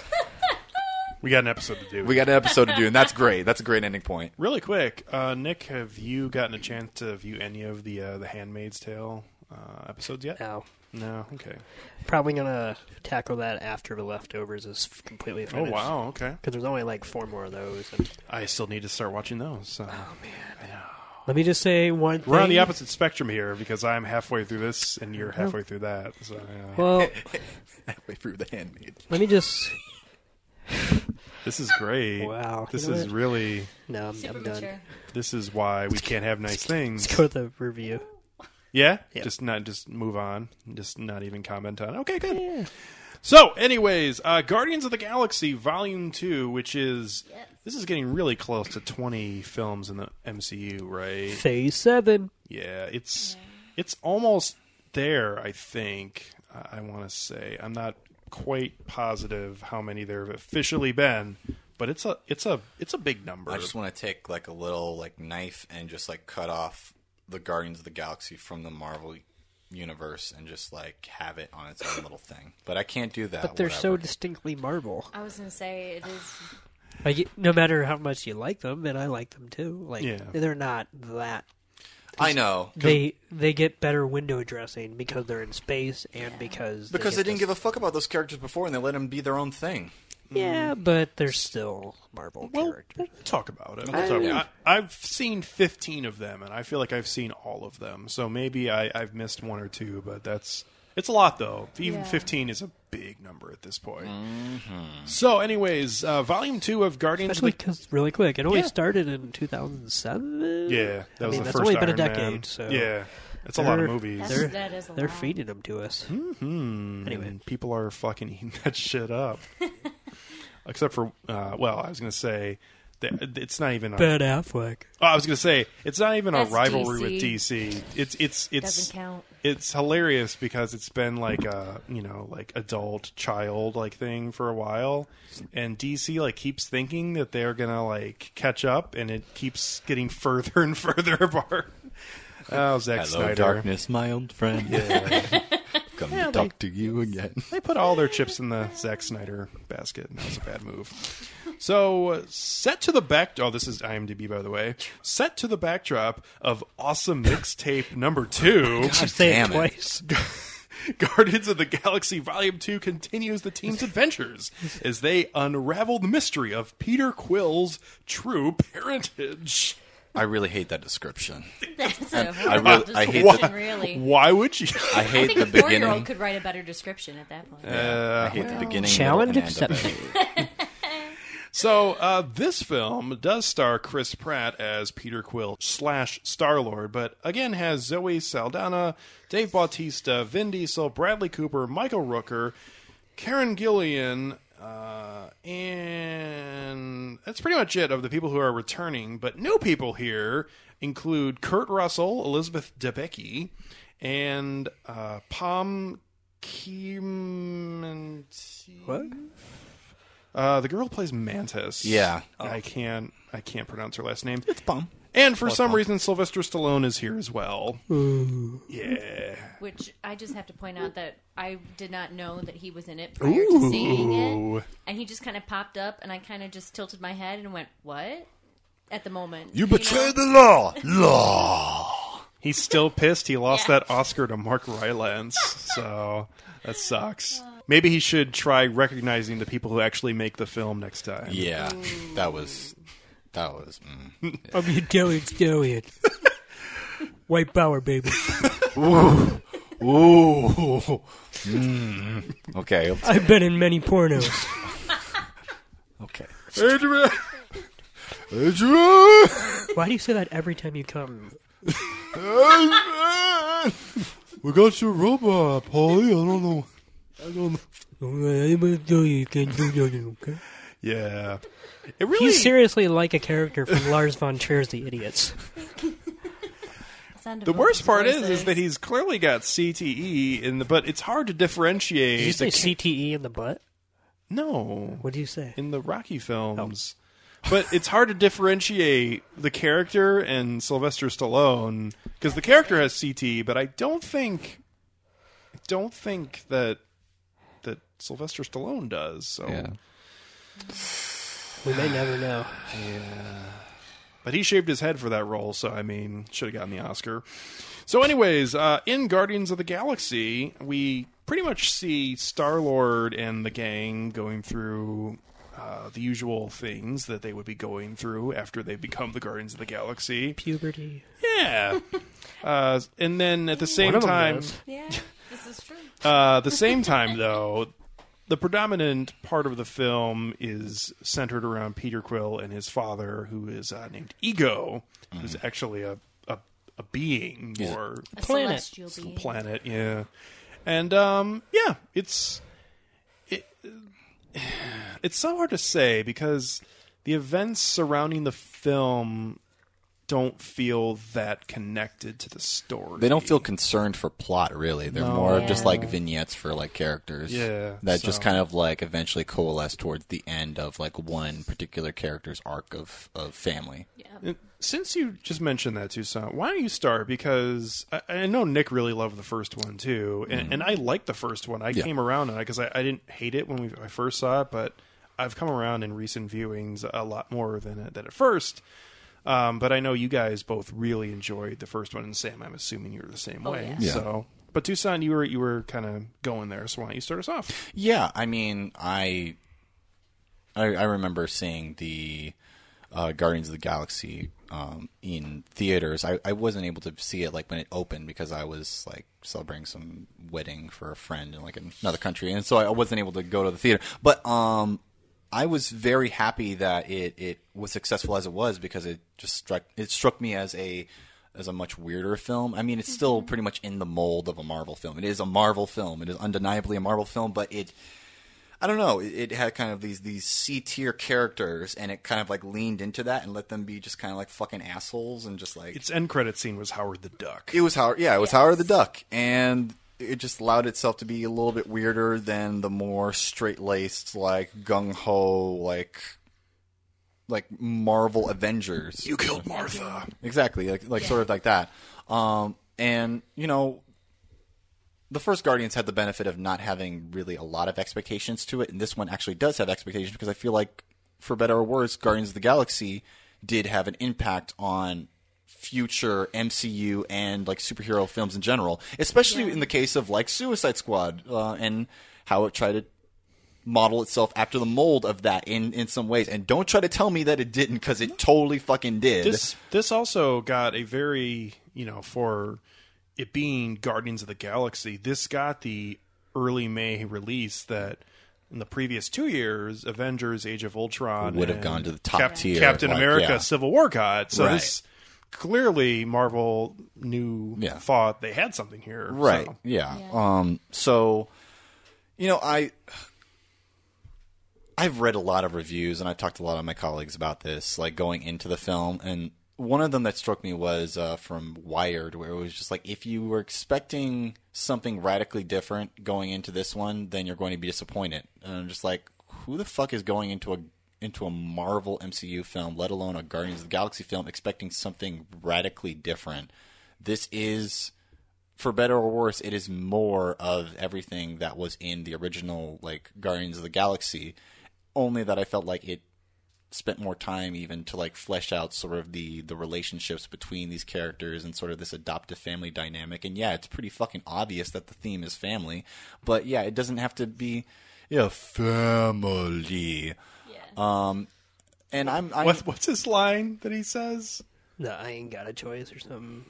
We got an episode to do. we got an episode to do and that's great. That's a great ending point. really quick, uh, Nick, have you gotten a chance to view any of the uh, the Handmaid's Tale uh, episodes yet? Now, No. Okay. probably gonna tackle that after the leftovers is f- completely Oh finished. wow. Okay. Because there's only like four more of those. And... I still need to start watching those. So. Let me just say one thing. Uh, We're on the opposite spectrum here because I'm halfway through this and you're halfway through that. So, yeah. Well, Halfway through the handmaid. let me just. this is great. Wow, This you know is what? really. No, I'm, Super I'm done. mature. This is why we can't have nice things. Let's go with the review. Yeah? Yeah. Just not just move on. Just not even comment on. it. Okay, good. So, anyways, uh Guardians of the Galaxy Volume 2, which is Yes. this is getting really close to 20 films in the MCU, right? Phase seven. Yeah, it's it's almost there, I think. I, I want to say. I'm not quite positive how many there have officially been, but it's a it's a it's a big number. I just want to take like a little like knife and just like cut off the Guardians of the Galaxy from the Marvel universe and just like have it on its own little thing. But I can't do that. But they're so whatever. distinctly Marvel. I was gonna say it is. Like, y- no matter how much you like them, and I like them too. Like Yeah. they're not that. I know They they get better window dressing because they're in space and because because they get didn't this- give a fuck about those characters before and they let them be their own thing. yeah, Mm, but they're still Marvel Well, characters. we'll talk about it. We'll talk about it. I, I've seen 15 of them, and I feel like I've seen all of them. So maybe I, I've missed one or two, but that's it's a lot though. Even Yeah. 15 is a big number at this point. So, anyways, uh, volume two of Guardians. Of Especially the, because really quick, it only Yeah. started in 2007. yeah, that I was mean, the that's first only been a Iron Man. decade, so yeah, it's a lot of they're- movies. That's, They're- that is a They're lot. feeding them to us. Hmm. Anyway. And people are fucking eating that shit up. Except for, uh, well, I was gonna say. that It's not even. A, Ben Affleck. Oh, I was gonna say it's not even a That's rivalry with DC. DC. It's it's it's Doesn't count. It's hilarious because it's been like a you know like adult child like thing for a while, and DC like keeps thinking that they're gonna like catch up, and it keeps getting further and further apart. Oh, Zack Snyder! my old friend. Come to talk to you again. They put all their chips in the Zack Snyder basket, and that was a bad move. So, uh, set to the back. Oh, this is IMDb, by the way. Set to the backdrop of awesome mixtape number two. Say it Damn it. twice. Guardians of the Galaxy Volume 2 continues the team's adventures as they unravel the mystery of Peter Quill's true parentage. I really hate that description. That's a horrible really- I hate description, that- really. Why would you? I I hate think the a beginning. four-year-old could write a better description at that point. I hate the beginning. Challenge middle, and end of accepted. it. So uh, this film does star Chris Pratt as Peter Quill slash Star Lord, but again has Zoe Saldana, Dave Bautista, Vin Diesel, Bradley Cooper, Michael Rooker, Karen Gillian, uh, and that's pretty much it of the people who are returning. But new people here include Kurt Russell, Elizabeth Debicki, and uh, Pom Kim. What? Uh, the girl plays Mantis. Yeah. I can't. I can't pronounce her last name. It's bum. And for some reason, Sylvester Stallone is here as well. Yeah. Which I just have to point out that I did not know that he was in it prior to seeing it, and he just kind of popped up, and I kind of just tilted my head and went, "What?" At the moment, know? the law. Law. He's still pissed. He lost Yeah. that Oscar to Mark Rylance, so that sucks. Maybe he should try recognizing the people who actually make the film next time. Yeah, that was that was. Mm. I'm Italian stallion. White power, baby. Ooh. Okay. I've been in many pornos. Okay. Adrian! Adrian! Why do you say that every time you come? We got your robot, Polly. I don't know. I don't know. He's Yeah. It really. seriously like a character from Lars von Trier's The Idiots. Sound of The worst Muppets part is, voices. is that he's clearly got CTE in the, but it's hard to differentiate. Did you say CTE E in the butt? no, What do you say? in the Rocky films, Oh. but it's hard to differentiate the character and Sylvester Stallone because the character has CTE, but I don't think, I don't think that that Sylvester Stallone does. So, We may never know. but he shaved his head for that role, so I mean, should have gotten the Oscar. So, anyways, uh, in Guardians of the Galaxy, we pretty much see Star Lord and the gang going through uh, the usual things that they would be going through after they become the Guardians of the Galaxy. Puberty. Yeah. uh, and then at the One same of them time, does. yeah, this is true. uh, the same time, though, the predominant part of the film is centered around Peter Quill and his father, who is uh, named Ego, who's Mm. actually a, a, a being or A Planet. celestial being. planet. Yeah, and um, yeah, it's it, it's so hard to say because the events surrounding the film don't feel that connected to the story. They don't feel concerned for plot, really. They're more of just Yeah. like vignettes for like characters. Yeah, That so- just kind of like eventually coalesce towards the end of like one particular character's arc of, of family. And Since you just mentioned that, Tucson, why don't you start? Because I, I know Nick really loved the first one too, and, and I liked the first one. I came around on it because I, I didn't hate it when we, I first saw it, but I've come around in recent viewings a lot more than than at first. Um, but I know you guys both really enjoyed the first one, and Sam, I'm assuming you were the same way. yeah. Yeah. So, but Tucson, you were you were kind of going there, so why don't you start us off? Yeah, I mean, I I, I remember seeing the uh, Guardians of the Galaxy um, in theaters. I, I wasn't able to see it like when it opened because I was like celebrating some wedding for a friend in like another country, and so I wasn't able to go to the theater. But um, I was very happy that it, it was successful as it was because it just struck it struck me as a as a much weirder film. I mean, it's still pretty much in the mold of a Marvel film. It is a Marvel film. It is undeniably a Marvel film, but it I don't know. It, it had kind of these these C tier characters, and it kind of like leaned into that and let them be just kind of like fucking assholes and just like Its end credit scene was Howard the Duck. it was Howard. Yeah, it was Howard the Duck, and it just allowed itself to be a little bit weirder than the more straight laced, like gung ho, like like Marvel Avengers. you killed Martha. Exactly, like like sort of like that. Um, and you know, the first Guardians had the benefit of not having really a lot of expectations to it, and this one actually does have expectations because I feel like, for better or worse, Guardians of the Galaxy did have an impact on future MCU and like superhero films in general, especially in the case of like Suicide Squad uh, and how it tried to model itself after the mold of that in in some ways. And don't try to tell me that it didn't because it totally fucking did. This this also got a very you know for it being Guardians of the Galaxy. This got the early May release that in the previous two years, Avengers: Age of Ultron Would have and gone to the top tier, Captain like, America: yeah. Civil War got. So Right. this clearly Marvel knew Yeah. thought they had something here. right So. yeah. um so you know i i've read a lot of reviews and i talked to a lot of my colleagues about this like going into the film and one of them that struck me was uh, from wired where it was just like if you were expecting something radically different going into this one then you're going to be disappointed and i'm just like who the fuck is going into a into a marvel mcu film let alone a guardians of the galaxy film expecting something radically different this is for better or worse, it is more of everything that was in the original like Guardians of the Galaxy. Only that I felt like it spent more time even to like flesh out sort of the the relationships between these characters and sort of this adoptive family dynamic. And yeah, it's pretty fucking obvious that the theme is family, but yeah, it doesn't have to be yeah family. Um, and I'm, I'm What, what's his line that he says? No, I ain't got a choice or something.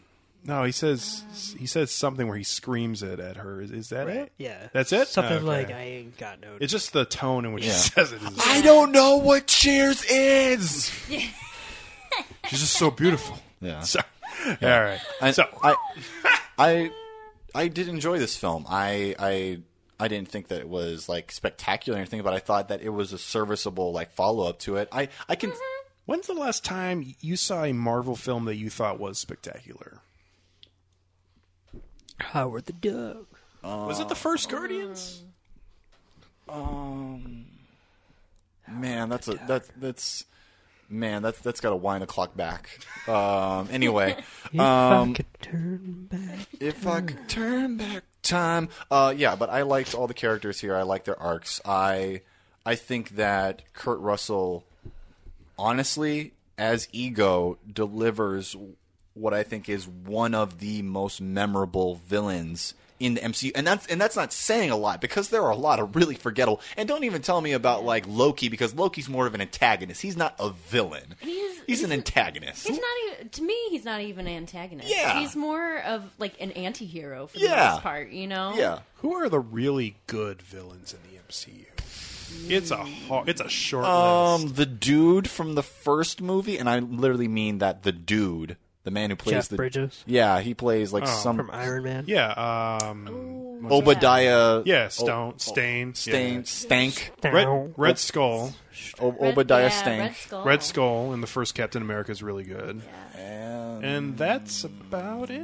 No, he says he says something where he screams it at her. Is, is that it? Yeah, that's it. Something Okay. like I ain't got no. It's just the tone in which Yeah. he says it. Is, I don't know what Cheers is. she's just so beautiful. Yeah. So, all right. I, so I, I, I did enjoy this film. I, I, I didn't think that it was like spectacular or anything, but I thought that it was a serviceable like follow up to it. I, I can. When's the last time you saw a Marvel film that you thought was spectacular? Howard the Duck. was it the first Guardians? Man, that's a that's that's. Man, that's that's got to wind the clock back. Um, anyway, If I Um, could turn back. if I Hmm. could turn back time, uh, yeah. But I liked all the characters here. I liked their arcs. I I think that Kurt Russell, honestly, as Ego, delivers what I think is one of the most memorable villains in the MCU, and that's and that's not saying a lot because there are a lot of really forgettable. And don't even tell me about like Loki because Loki's more of an antagonist. He's not a villain. He's- he's he's an an- antagonist. He's not even to me. He's not even an antagonist. Yeah. he's more of like an anti-hero for Yeah. the most part. You know. yeah. Who are the really good villains in the MCU? It's a ho- it's a short list. Um, the dude from the first movie, and I literally mean that the dude, the man who plays Jeff the Bridges Yeah, he plays like Oh, from some Iron Man. Yeah. Oh. Um. Obadiah. Yeah. Stone. Stain. Stain, yeah. Stank. Red, Red Skull. O- Red- Obadiah yeah, Stank. Red Skull. Red Skull in the first Captain America is really good. And, And that's about it.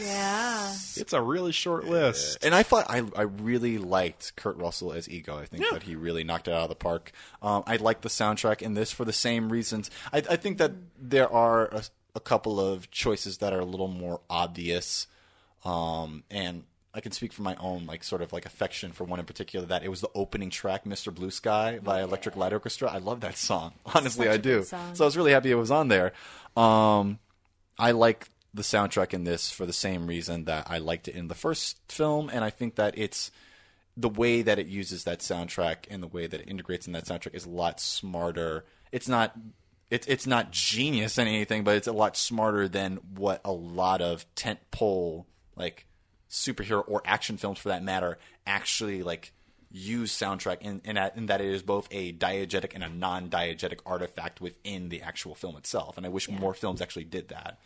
Yeah. It's a really short list. and I thought I I really liked Kurt Russell as Ego. I think that he really knocked it out of the park. Um, I liked the soundtrack in this for the same reasons. I, I think that there are a, a couple of choices that are a little more obvious. um, and I can speak for my own like sort of like affection for one in particular that it was the opening track "Mr. Blue Sky" by Electric Light Orchestra. I love that song. Honestly, Oh, I Such a do. good song. So I was really happy it was on there. Um, I like the soundtrack in this for the same reason that I liked it in the first film, and I think that it's the way that it uses that soundtrack and the way that it integrates in that soundtrack is a lot smarter. It's not it's it's not genius and anything, but it's a lot smarter than what a lot of tentpole like superhero or action films for that matter actually like use soundtrack in in, that- in that it is both a diegetic and a non-diegetic artifact within the actual film itself. And I wish more films actually did that.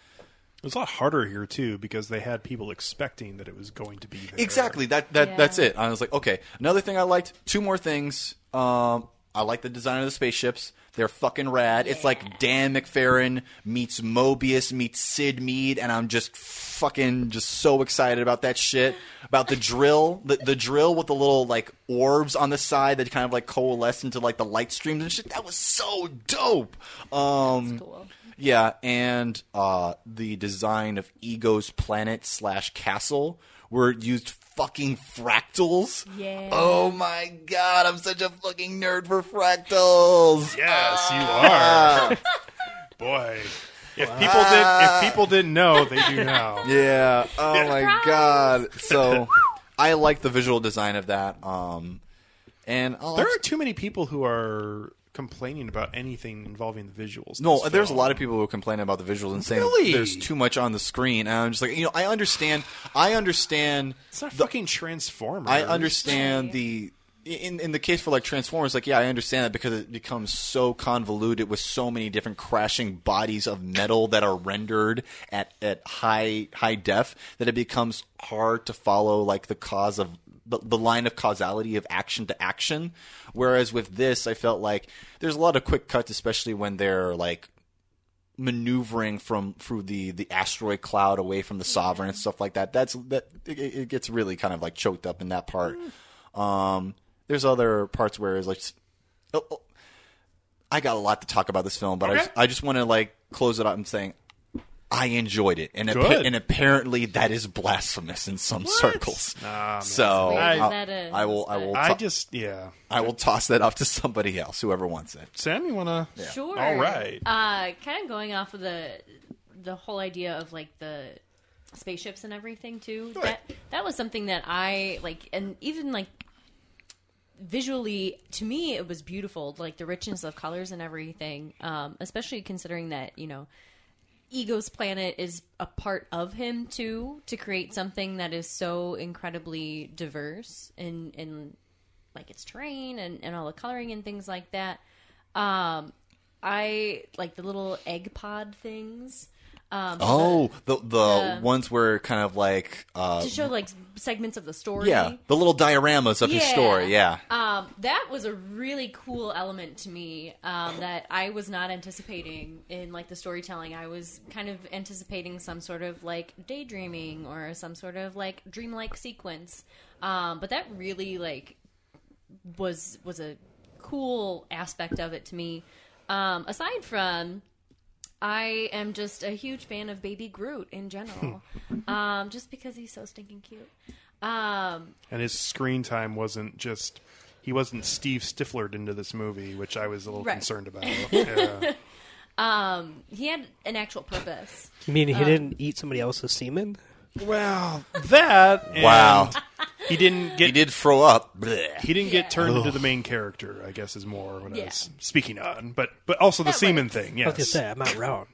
It was a lot harder here too because they had people expecting that it was going to be there. Exactly. That that Yeah. that's it. I was like, okay. Another thing I liked. Two more things. Um, I like the design of the spaceships. They're fucking rad. It's like Dan McFerrin meets Mobius meets Sid Mead, and I'm just fucking just so excited about that shit. About the drill, the, the drill with the little like orbs on the side that kind of like coalesce into like the light streams and shit. That was so dope. Um, Cool. yeah, and uh, the design of Ego's planet slash castle, where it used fucking fractals. Yeah. Oh my god, I'm such a fucking nerd for fractals. Yes, you Uh, are. Boy, if people did if people didn't know, they do now. Yeah. Oh my Surprise! god. So I like the visual design of that. Um And I'll There are too many people who are complaining about anything involving the visuals. in No, this there's a film. lot of people who complain about the visuals and saying Really? there's too much on the screen. And I'm just like, you know, I understand. I understand. It's not fucking Transformers. I understand the. In, in the case for like Transformers, like yeah, I understand that because it becomes so convoluted with so many different crashing bodies of metal that are rendered at, at high high def that it becomes hard to follow like the cause of the, the line of causality of action to action. Whereas with this, I felt like there's a lot of quick cuts, especially when they're like maneuvering from through the the asteroid cloud away from the sovereign and stuff like that that's that it, it it gets really kind of like choked up in that part Mm. um there's other parts where it's like s- oh, oh. i got a lot to talk about this film but Okay. i just, I just want to like close it out and saying i enjoyed it and appa- Good. and apparently that is blasphemous in some circles Nah, man. so Weird I'll- that is, I will i but- will I to- just yeah. i will toss that off to somebody else whoever wants it Sam, you wanna? Sure. All right. Uh, kind of going off of the the whole idea of like the spaceships and everything too. That that was something that I like, and even like visually to me it was beautiful like the richness of colors and everything um especially considering that you know ego's planet is a part of him too to create something that is so incredibly diverse in in like its terrain and and all the coloring and things like that um i like the little egg pod things um oh the the ones where kind of like uh to show like segments of the story Yeah, the little dioramas of his story. Yeah, Um, that was a really cool element to me um, that I was not anticipating in like the storytelling. I was kind of anticipating some sort of like daydreaming or some sort of like dreamlike sequence. Um, but that really like was was a cool aspect of it to me. Um, aside from I am just a huge fan of Baby Groot in general, um, just because he's so stinking cute. Um, And his screen time wasn't just. He wasn't Steve Stifler into this movie, which I was a little Right. concerned about. Yeah. he had an actual purpose. You mean he Uh, didn't eat somebody else's semen? well, that and Wow. He didn't get he did throw up. he didn't Yeah. get turned into the main character, I guess is more what I Yeah. was speaking on. But but also the That semen works. thing, I was gonna yes. say I'm not wrong.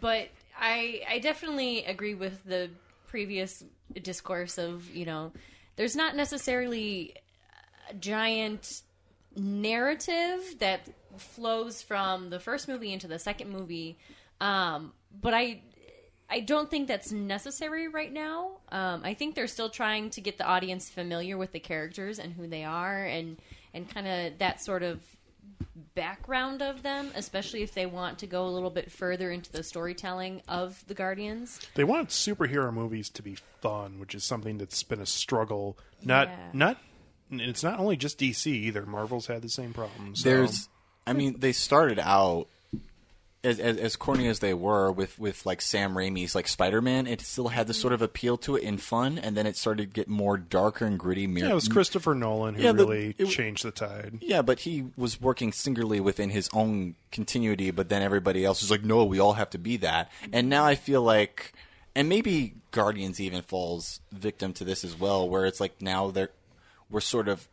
But I I definitely agree with the previous discourse of, you know, there's not necessarily a giant narrative that flows from the first movie into the second movie. Um, but I I don't think that's necessary right now. Um, I think they're still trying to get the audience familiar with the characters and who they are and and kind of that sort of background of them, especially if they want to go a little bit further into the storytelling of the Guardians. They want superhero movies to be fun, which is something that's been a struggle. Not Yeah. not and it's not only just DC either. Marvel's had the same problems. so- There's, I mean, they started out as, as as corny as they were with with like Sam Raimi's like Spider Man. It still had this sort of appeal to it and fun, and then it started to get more darker and gritty. Mir- yeah, it was Christopher Nolan who Yeah, the- really it- changed the tide. Yeah, but he was working singularly within his own continuity, but then everybody else was like, no, we all have to be that. And now I feel like, and maybe Guardians even falls victim to this as well, where it's like now they're, we're sort of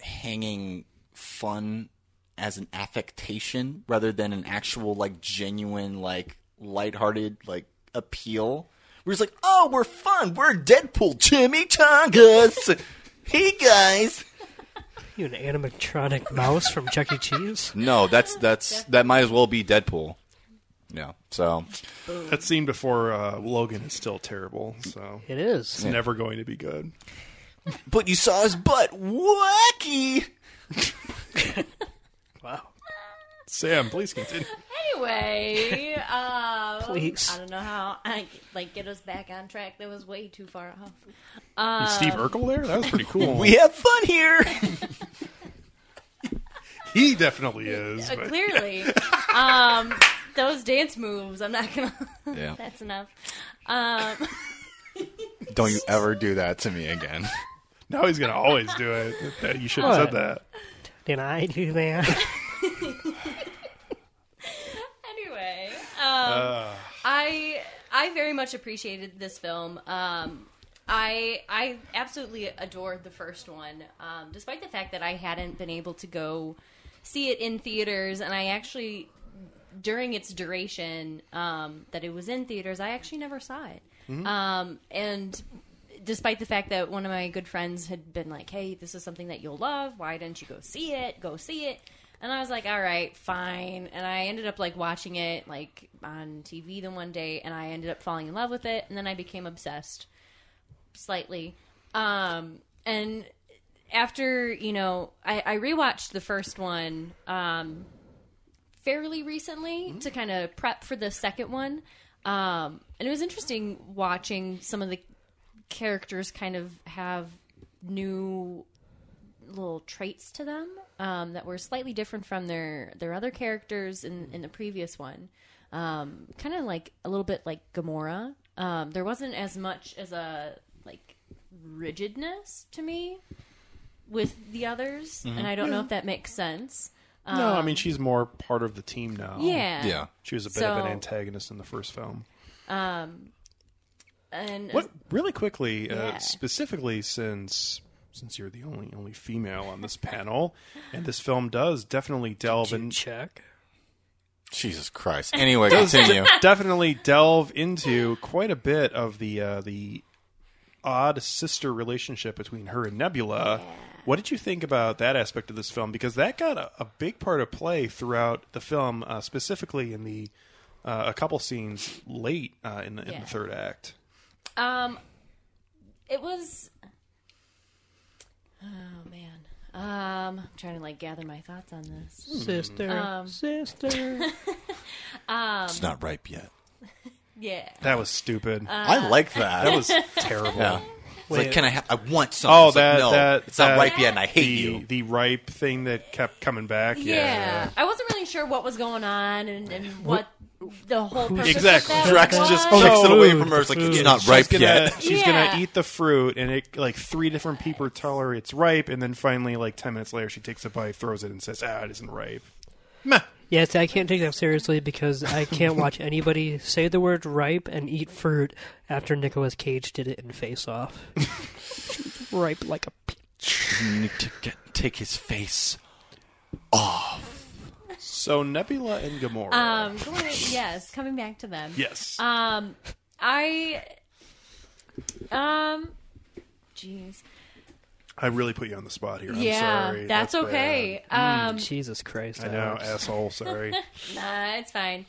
hanging fun as an affectation rather than an actual, like, genuine, like, lighthearted, like, appeal. We're just like, oh, we're fun. We're Deadpool Chimichangas. hey, guys. You an animatronic mouse from Chuck E. Cheese? No, that's that's that might as well be Deadpool. Yeah. So That scene before uh, Logan is still terrible, so It is. it's never going to be good. But you saw his butt. Wacky. Wow. Sam, please continue. Anyway, um, Please. I don't know how I like get us back on track. That was way too far off. Um, Is Steve Urkel there? That was pretty cool. We have fun here. he definitely is. Uh, but- clearly, um, those dance moves. I'm not gonna. Yeah. That's enough. Um, Don't you ever do that to me again. Now he's gonna always do it. That- You should have said What? that. Did I do that? anyway, um, I I very much appreciated this film. Um, I I absolutely adored the first one, um, despite the fact that I hadn't been able to go see it in theaters, and I actually during its duration um, that it was in theaters, I actually never saw it. Um, and despite the fact that one of my good friends had been like, "Hey, this is something that you'll love. Why didn't you go see it? Go see it." And I was like, "All right, fine." And I ended up like watching it like on TV the one day, and I ended up falling in love with it, and then I became obsessed slightly. Um, and after you know, I, I rewatched the first one um, fairly recently to kind of prep for the second one, um, and it was interesting watching some of the characters kind of have new little traits to them um, that were slightly different from their their other characters in in the previous one. Um, kind of like a little bit like Gamora. Um, there wasn't as much as a like rigidness to me with the others, and I don't know if that makes sense. no, I mean she's more part of the team now. Um, Yeah. Yeah. She was a bit of So- an antagonist in the first film. And What really quickly, Yeah. uh, specifically since since you're the only only female on this panel, and this film does definitely delve Did you in, check. Jesus Christ. Anyway, continue. definitely delve into quite a bit of the uh, the odd sister relationship between her and Nebula. What did you think about that aspect of this film? Because that got a, a big part of play throughout the film, uh, specifically in the uh, a couple scenes late uh, in, the, in Yeah. the third act. Um, it was oh man um i'm trying to like gather my thoughts on this Sister, Hmm. Um. sister. it's not ripe yet. yeah That was stupid. I like that. that was terrible. Yeah. It's like, Wait. can I? Ha- I want something. Oh, It's like, that, no, that it's not that- ripe yet, and I hate the, you. The ripe thing that kept coming back. yeah, i wasn't really sure what was going on and, and what the whole purpose Exactly. of that Drax was. just Oh, checks no, it away dude, from her. It's like dude. it's not She's ripe gonna, yet. She's Yeah. gonna eat the fruit, and it like three different people tell her it's ripe, and then finally, like ten minutes later, she takes a bite, throws it, and says, "Ah, it isn't ripe." Yeah, see, I can't take that seriously because I can't watch anybody say the word ripe and eat fruit after Nicolas Cage did it in Face Off. She's ripe like a peach. You need to get, take his face. So Nebula and Gamora. um going- yes coming back to them yes. Um, I, um, jeez, I really put you on the spot here. I'm yeah, sorry. that's, okay. Um, Jesus Christ. bad. I know, uh, asshole. Sorry, nah, uh, it's fine.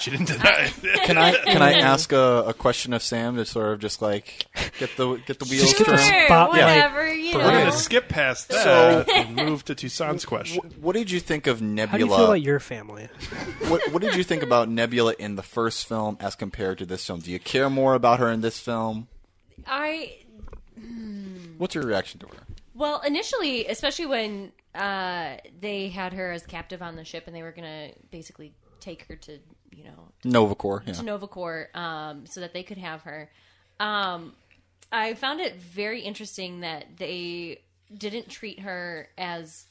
she didn't deny it. Can I? Can I ask a, a question of Sam to sort of just like get the get the wheels get the turning? Sure, spotlight whatever you burn. We're know. gonna skip past that and move to Tucson's question. Wh- What did you think of How do you feel Nebula? about your family? what, what did you think about Nebula in the first film as compared to this film? Do you care more about her in this film? I What's your reaction to her? Well, initially, especially when uh, they had her as captive on the ship, and they were gonna basically take her to you know Novacore. Yeah. to Novacore um, so that they could have her. Um, I found it very interesting that they didn't treat her as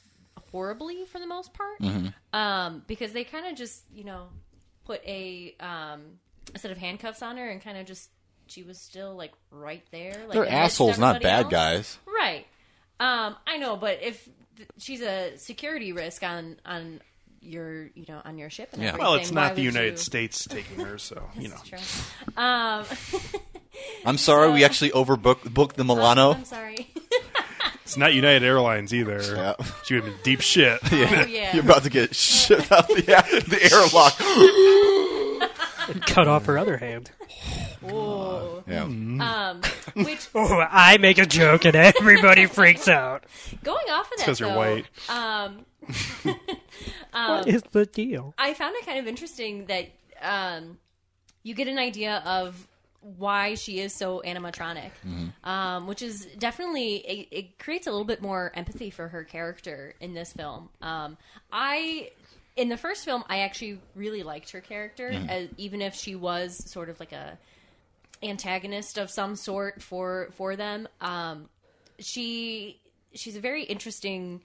horribly for the most part, Mm-hmm. um, because they kind of just you know put a um, a set of handcuffs on her and kind of just she was still like right there. Like, They're amidst assholes, not everybody bad else. guys. Right. Um, I know, but if th- she's a security risk on on your you know on your ship and Yeah. everything, Well, it's why not the would United you- States taking her, so you know. True. Um, I'm sorry, we actually overbooked booked the Milano. I'm sorry. It's not United Airlines either. Yeah. She would have been deep shit. oh, yeah. You're about to get shipped out the, yeah, the airlock. Cut off her other hand. Ooh. yeah. Um, which Oh, I make a joke and everybody freaks out. going off of that, 'cause you're though, white. Um, what is the deal? I found it kind of interesting that um, you get an idea of why she is so animatronic, um, which is definitely it, it creates a little bit more empathy for her character in this film. Um, I in the first film, I actually really liked her character, as, even if she was sort of like a antagonist of some sort for for them. Um, she she's a very interesting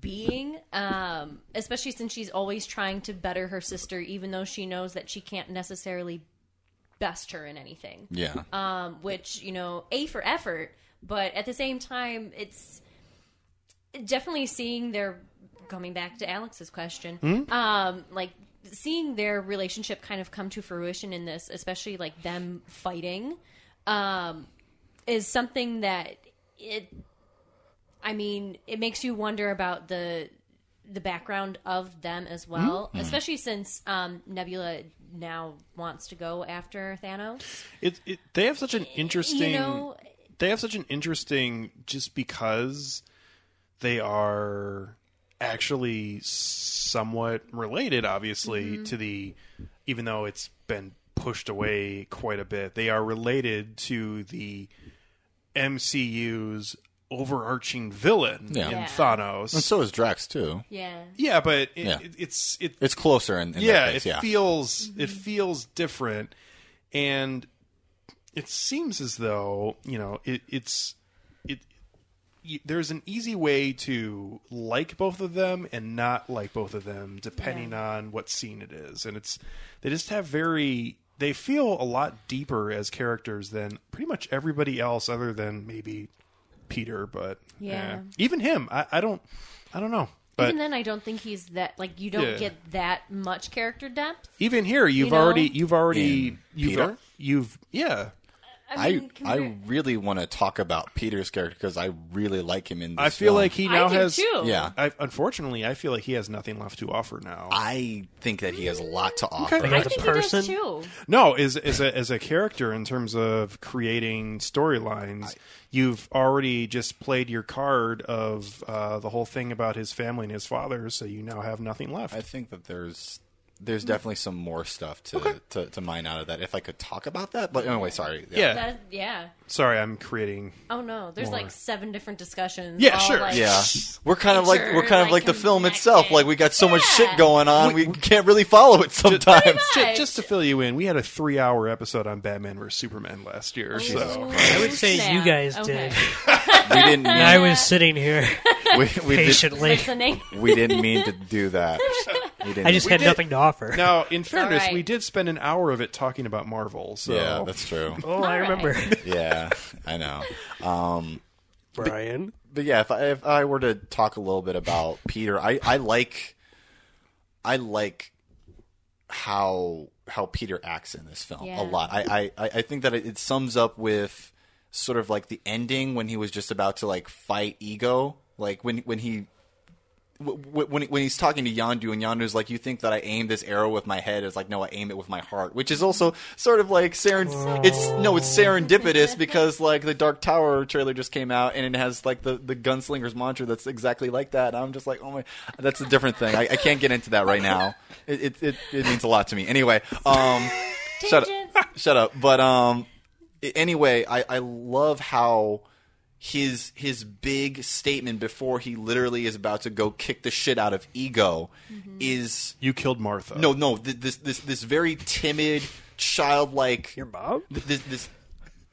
being, um, especially since she's always trying to better her sister, even though she knows that she can't necessarily best her in anything. Yeah. Um, which you know, a for effort, but at the same time, it's definitely seeing their coming back to Alex's question, um, like seeing their relationship kind of come to fruition in this, especially like them fighting, um, is something that it. I mean, it makes you wonder about the the background of them as well, especially since um, Nebula now wants to go after Thanos. It, it they have such an interesting know- they have such an interesting just because they are actually somewhat related obviously Mm-hmm. to the even though it's been pushed away quite a bit they are related to the MCU's overarching villain Yeah. in Yeah. Thanos and so is Drax too. Yeah, yeah but it, Yeah. it- it's it It's closer in, in yeah, that case, it yeah. feels it Mm-hmm. feels different, and it seems as though you know it, it's it. y- There's an easy way to like both of them and not like both of them, depending on what scene it is, and it's they just have very they feel a lot deeper as characters than pretty much everybody else, other than maybe Peter, but Yeah. eh. even him, I, I don't, I don't know, but even then, I don't think he's that like you don't Yeah. get that much character depth. even here you've know? already you've already In you've Peter? you've yeah I I mean, I compar- really want to talk about Peter's character because I really like him in this. i feel film. like he now I do has too. Yeah. I, unfortunately i feel like he has nothing left to offer now I think that he has a lot to offer. Okay. I As a think person? he does too. no is as a as a character in terms of creating storylines you've already just played your card of uh, the whole thing about his family and his father so you now have nothing left I think that there's Hmm. there's definitely some more stuff to, to, to mine out of that if I could talk about that. But anyway, sorry. yeah That, yeah. sorry i'm creating Oh no, there's More. like seven different discussions. Yeah, all, sure. like- Yeah. We're kind of like we're Picture, kind of like like, the film itself. connected. Like we got so much shit Yeah. going on, we, can't really follow it sometimes. much. Ju- just to fill you in we had a three hour episode on batman versus superman last year Oh, so I would say you guys did. we didn't mean, And I was sitting here we, we, did, patiently. Listening. we didn't mean to do that. We didn't. I just had did- nothing to offer. now in fairness right. we did spend an hour of it talking about marvel so yeah, that's true. oh, I All right. remember. Yeah, I know. Brian. but yeah, if I, if I were to talk a little bit about Peter, I, I like I like how how Peter acts in this film Yeah. a lot. I, I I I think that it, it sums up with sort of like the ending when he was just about to like fight ego, like when when he. w- w- When he- when he's talking to Yandu and Yandu's like, you think that I aim this arrow with my head? It's like, no, I aim it with my heart, which is also sort of like seren. It's no, it's serendipitous because like the Dark Tower trailer just came out and it has like the the gunslinger's mantra that's exactly like that. And I'm just like, oh my, that's a different thing. I, I can't get into that right now. It it, it it means a lot to me. Anyway, um, shut Tangent. up, shut up. But um, i- anyway, I I love how his his big statement before he literally is about to go kick the shit out of ego Mm-hmm. is you killed martha no no th- this this this very timid childlike Your mom? th- this this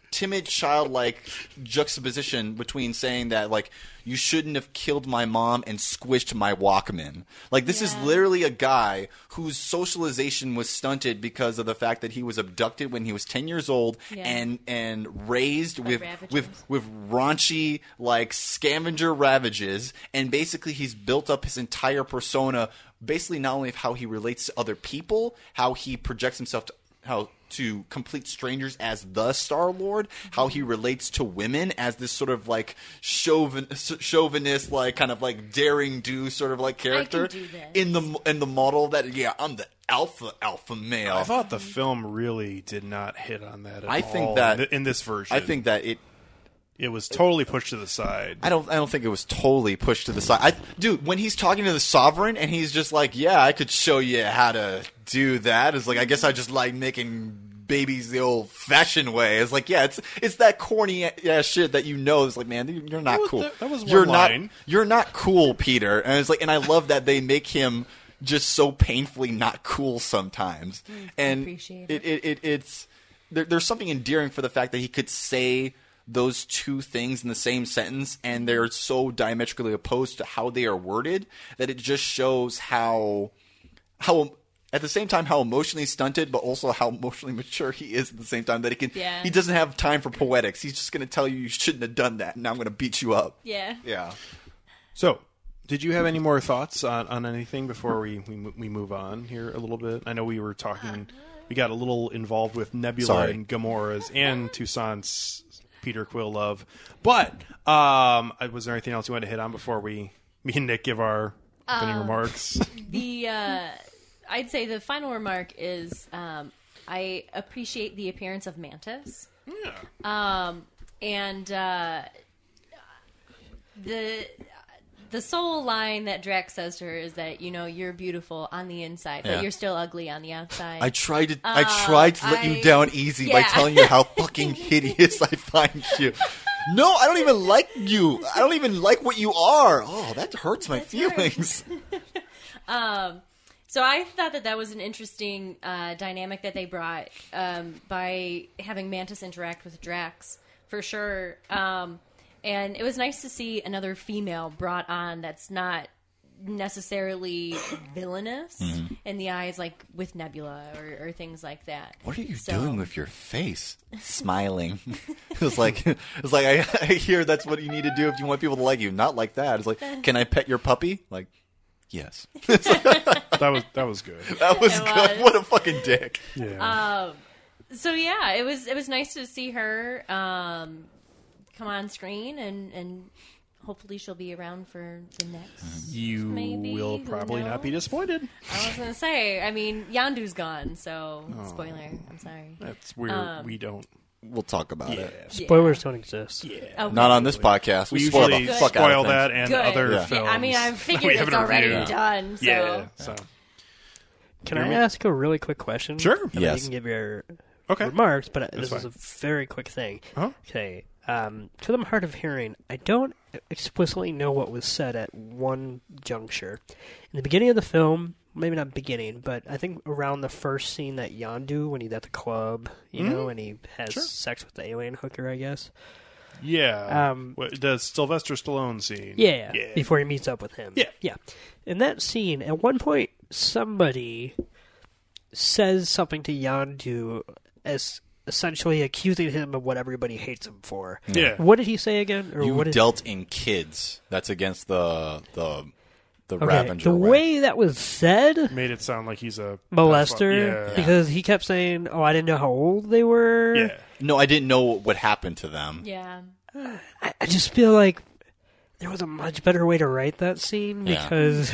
timid childlike juxtaposition between saying that like you shouldn't have killed my mom and squished my Walkman. Like this is Yeah. literally a guy whose socialization was stunted because of the fact that he was abducted when he was 10 years old Yeah. and and raised with ravagers. with with raunchy like scavenger ravages and basically he's built up his entire persona basically not only of how he relates to other people how he projects himself to how to complete strangers as the Star Lord, how he relates to women as this sort of like chauvin- chauvinist, like kind of like daring do sort of like character do this. in the in the model that yeah, I'm the alpha alpha male. I thought the film really did not hit on that at I think all that- in, th- in this version. I think that it it was totally pushed to the side. I don't. I don't think it was totally pushed to the side. I, dude, when he's talking to the sovereign and he's just like, "Yeah, I could show you how to do that." It's like, I guess I just like making babies the old-fashioned way. It's like, yeah, it's it's that corny ass shit that you know. It's like, man, you- you're not was- cool. that- that was one you're line. not. You're not cool, Peter. And it's like, and I love that they make him just so painfully not cool sometimes. And appreciate it, it, it it's there, there's something endearing for the fact that he could say those two things in the same sentence and they're so diametrically opposed to how they are worded that it just shows how how at the same time how emotionally stunted, but also how emotionally mature he is at the same time that he can. Yeah. He doesn't have time for poetics. He's just going to tell you you shouldn't have done that, and I'm going to beat you up. Yeah. Yeah. So, did you have any more thoughts on, on anything before we, we mo- we move on here a little bit? I know we were talking, we got a little involved with Nebula Sorry. and Gamora's and Toussaint's Peter Quill love, but um, I- was there anything else you wanted to hit on before we me and Nick give our opening remarks? the uh, I'd say the final remark is um, I appreciate the appearance of Mantis. Um, and uh, the the sole line that Drax says to her is that you know you're beautiful on the inside, Yeah. but you're still ugly on the outside. I tried to I tried to let you Oh, I- down easy by yeah. telling you how fucking hideous I find you. No, I don't even like you. I don't even like what you are. Oh, that hurts my feelings. So I thought that that was an interesting uh, dynamic that they brought um, by having Mantis interact with Drax for sure, um, and it was nice to see another female brought on that's not necessarily villainous in the eyes, like with Nebula or, or things like that. What are you So- doing with your face? Smiling. it was like it was like I, I hear that's what you need to do if you want people to like you. Not like that. It's like, can I pet your puppy? Like, yes. that was that was good. That was It good. was. What a fucking dick. Uh, Yeah, So yeah, it was it was nice to see her um, come on screen and and hopefully she'll be around for the next. you maybe, will who probably not be knows? disappointed. I was gonna say. I mean, Yandu's gone, so spoiler. I'm sorry. That's weird. Um, we don't. We'll talk about it. Spoilers don't exist. Oh, Not on this podcast. We, We spoil usually the spoil, fuck out of things. that and good. other Yeah. films. I mean, I that figured we it's haven't already reviewed. done. So. Yeah. So Can I ask a really quick question? Sure. And then You Yes. can give your Okay. remarks, but uh, this fine. is a very quick thing. Huh? Okay. Um, to the hard of hearing, I don't explicitly know what was said at one juncture. In the beginning of the film, maybe not beginning, but I think around the first scene that Yondu, when he's at the club, you Mm-hmm. know, and he has sex with the alien hooker, I guess. Yeah. Um, What- the Sylvester Stallone scene. Yeah, Yeah. Before he meets up with him. Yeah. Yeah. In that scene, at one point, somebody says something to Yandu as essentially accusing him of what everybody hates him for. Yeah. What did he say again? Or You what did- dealt in kids. That's against the the the Okay, Ravenger. the right? way that was said, Made it sound like he's a molester, Yeah. because he kept saying, "Oh, I didn't know how old they were." Yeah. No, I didn't know what happened to them. Yeah. I just feel like there was a much better way to write that scene Yeah. because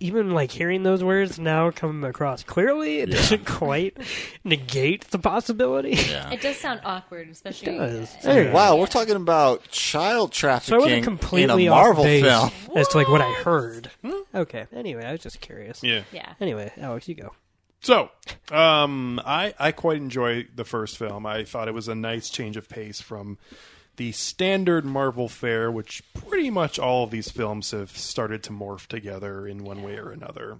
even like hearing those words now come across clearly, it doesn't quite negate the possibility. It does sound awkward, especially. It does. Yeah. Anyway, Wow, we're talking about child So I trafficking wasn't completely in a off Marvel base film. Hmm? as to like what I heard. Okay. Anyway, I was just curious. Yeah. Yeah. Anyway, Alex, you go. So, um, I I quite enjoy the first film. I thought it was a nice change of pace from the standard Marvel fare, which pretty much all of these films have started to morph together in one way or another.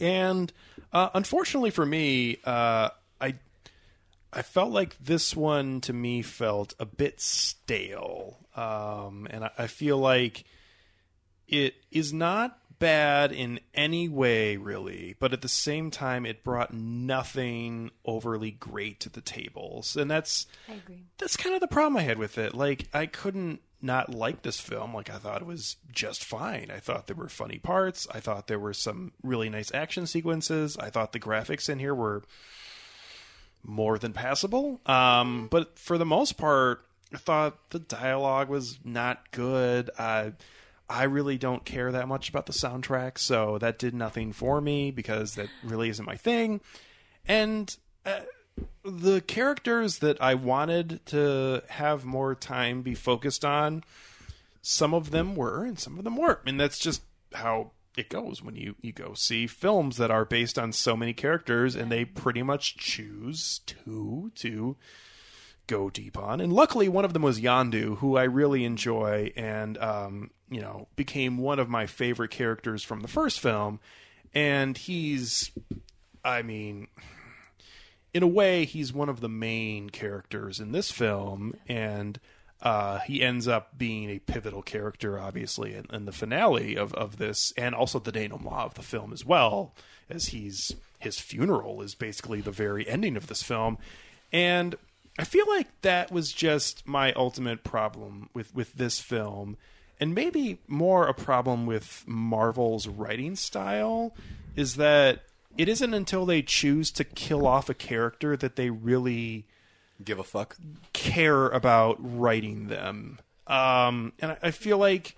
And uh, unfortunately for me, uh, I I felt like this one to me felt a bit stale, um, and I, I feel like it is not bad in any way really but at the same time it brought nothing overly great to the tables and that's I agree. that's kind of the problem I had with it. Like I couldn't not like this film. Like I thought it was just fine. I thought there were funny parts. I thought there were some really nice action sequences. I thought the graphics in here were more than passable. Um, but for the most part, I thought the dialogue was not good. I I really don't care that much about the soundtrack, so that did nothing for me because that really isn't my thing. And uh, the characters that I wanted to have more time be focused on, some of them were and some of them weren't. And that's just how it goes when you, you go see films that are based on so many characters and they pretty much choose two to go deep on. And luckily, one of them was Yandu, who I really enjoy and, um, you know, became one of my favorite characters from the first film. And he's, I mean, in a way, he's one of the main characters in this film, and uh, he ends up being a pivotal character, obviously, in, in the finale of, of this, and also the denouement of the film as well, as he's his funeral is basically the very ending of this film, and I feel like that was just my ultimate problem with with this film, and maybe more a problem with Marvel's writing style, is that it isn't until they choose to kill off a character that they really Give a fuck. care about writing them. Um, and I, I feel like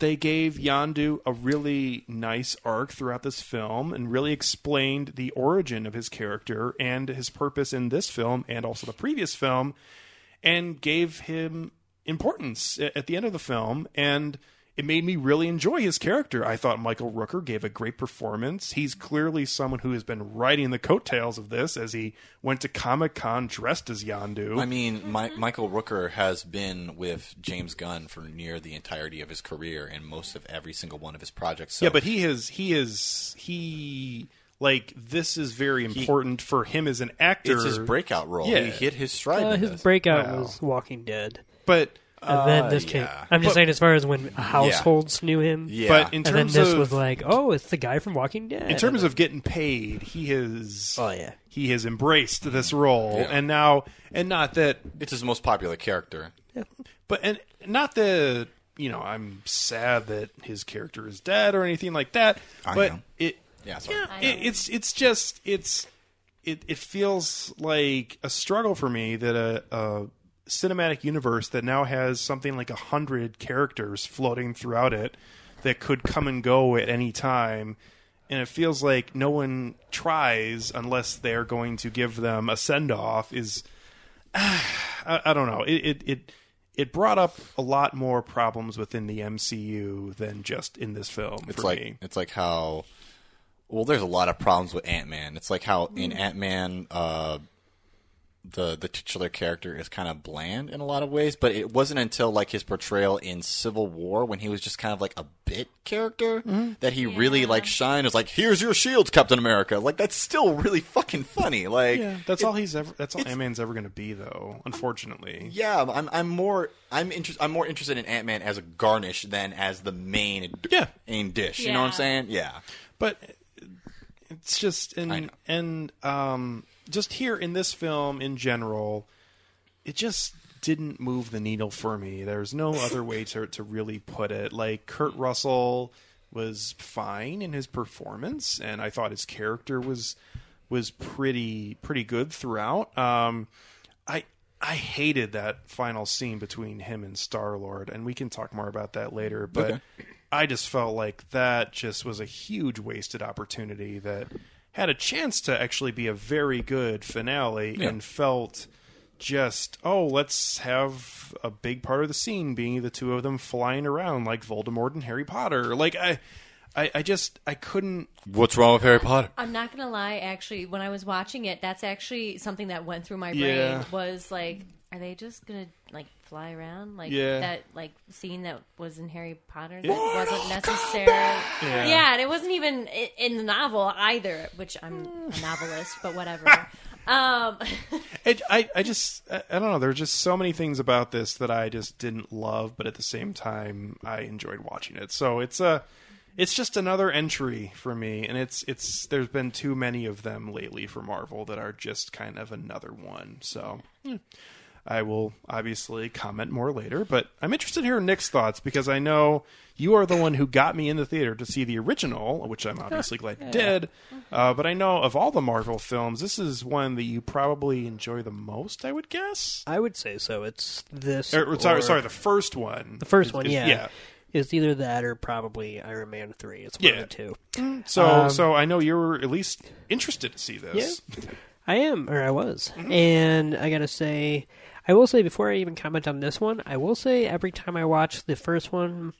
they gave Yandu a really nice arc throughout this film and really explained the origin of his character and his purpose in this film and also the previous film and gave him importance a- at the end of the film and it made me really enjoy his character. I thought Michael Rooker gave a great performance. He's clearly someone who has been riding the coattails of this as he went to Comic Con dressed as Yandu. I mean, Mi- Michael Rooker has been with James Gunn for near the entirety of his career and most of every single one of his projects. So Yeah, but he is he is he like this is very important for him as an actor. it's his breakout role. Yeah. He hit his stride. Uh, in his this. Uh, breakout was Walking Dead. But uh, And then this came. yeah. I'm just But- saying, as far as when households knew him, Yeah. but in and then terms this of was like, oh, it's the guy from Walking Dead. in terms of getting paid, he has Oh, yeah. he has embraced this role Yeah. and now and not that It's his most popular character. but and not that you know I'm sad that his character is dead or anything like that. I but know. it Yeah, sorry. yeah, I it, know. it's it's just it's it it feels like a struggle for me that a, a cinematic universe that now has something like a hundred characters floating throughout it that could come and go at any time. And it feels like no one tries unless they're going to give them a send off. Is I, I don't know. It, it it it brought up a lot more problems within the MCU than just in this film It's for like me. it's like how well there's a lot of problems with Ant Man. It's like how Mm-hmm. in Ant Man uh the the titular character is kind of bland in a lot of ways, but it wasn't until like his portrayal in Civil War when he was just kind of like a bit character Mm-hmm. that he really like shined. It was like, "Here's your shield, Captain America." Like that's still really fucking funny. Like Yeah, that's all he's ever. That's all Ant Man's ever going to be, though. Unfortunately, Yeah, I'm I'm more I'm inter- I'm more interested in Ant Man as a garnish than as the main d- Yeah. main dish. You know what I'm saying? Yeah. Yeah. but it's just I and know. and um, just here in this film in general, it just didn't move the needle for me. There's no other way to to really put it. Like Kurt Russell was fine in his performance, and I thought his character was was pretty pretty good throughout. Um, I I hated that final scene between him and Star Lord, and we can talk more about that later. But I just felt like that just was a huge wasted opportunity that had a chance to actually be a very good finale and felt just oh let's have a big part of the scene being the two of them flying around like Voldemort and Harry Potter like I I, I just I couldn't What's wrong with Harry Potter? I'm not gonna lie. Actually, when I was watching it, that's actually something that went through my Yeah. brain was like, are they just gonna like fly around like Yeah. that like scene that was in Harry Potter that wasn't necessary? Yeah. and it wasn't even i- in the novel either, which I'm a novelist, but whatever. um, Hmm. It, I, I just, I, I don't know. There are just so many things about this that I just didn't love, but at the same time, I enjoyed watching it. So it's a, it's just another entry for me, and it's, it's. There's been too many of them lately for Marvel that are just kind of another one. So. yeah. I will obviously comment more later, but I'm interested to hear Nick's thoughts because I know you are the one who got me in the theater to see the original, which I'm obviously glad you did. Uh, but I know of all the Marvel films, this is one that you probably enjoy the most, I would guess. I would say so. It's this. Or, or Er, sorry, or- sorry, the first one. the first Is- one. is- yeah, yeah. It's either that or probably Iron Man three. It's one Yeah. or two. So, Um, so I know you were at least interested to see this. I am, or I was. Mm-hmm. And I gotta say, I will say before I even comment on this one, I will say every time I watch the first one,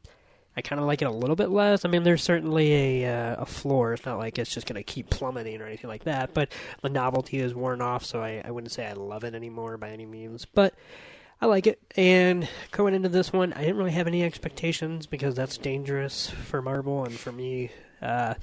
I kind of like it a little bit less. I mean, there's certainly a uh, a floor. It's not like it's just gonna keep plummeting or anything like that. But the novelty is worn off, so I, I wouldn't say I love it anymore by any means. But I like it. And going into this one, I didn't really have any expectations because that's dangerous for Marvel and for me. Uh,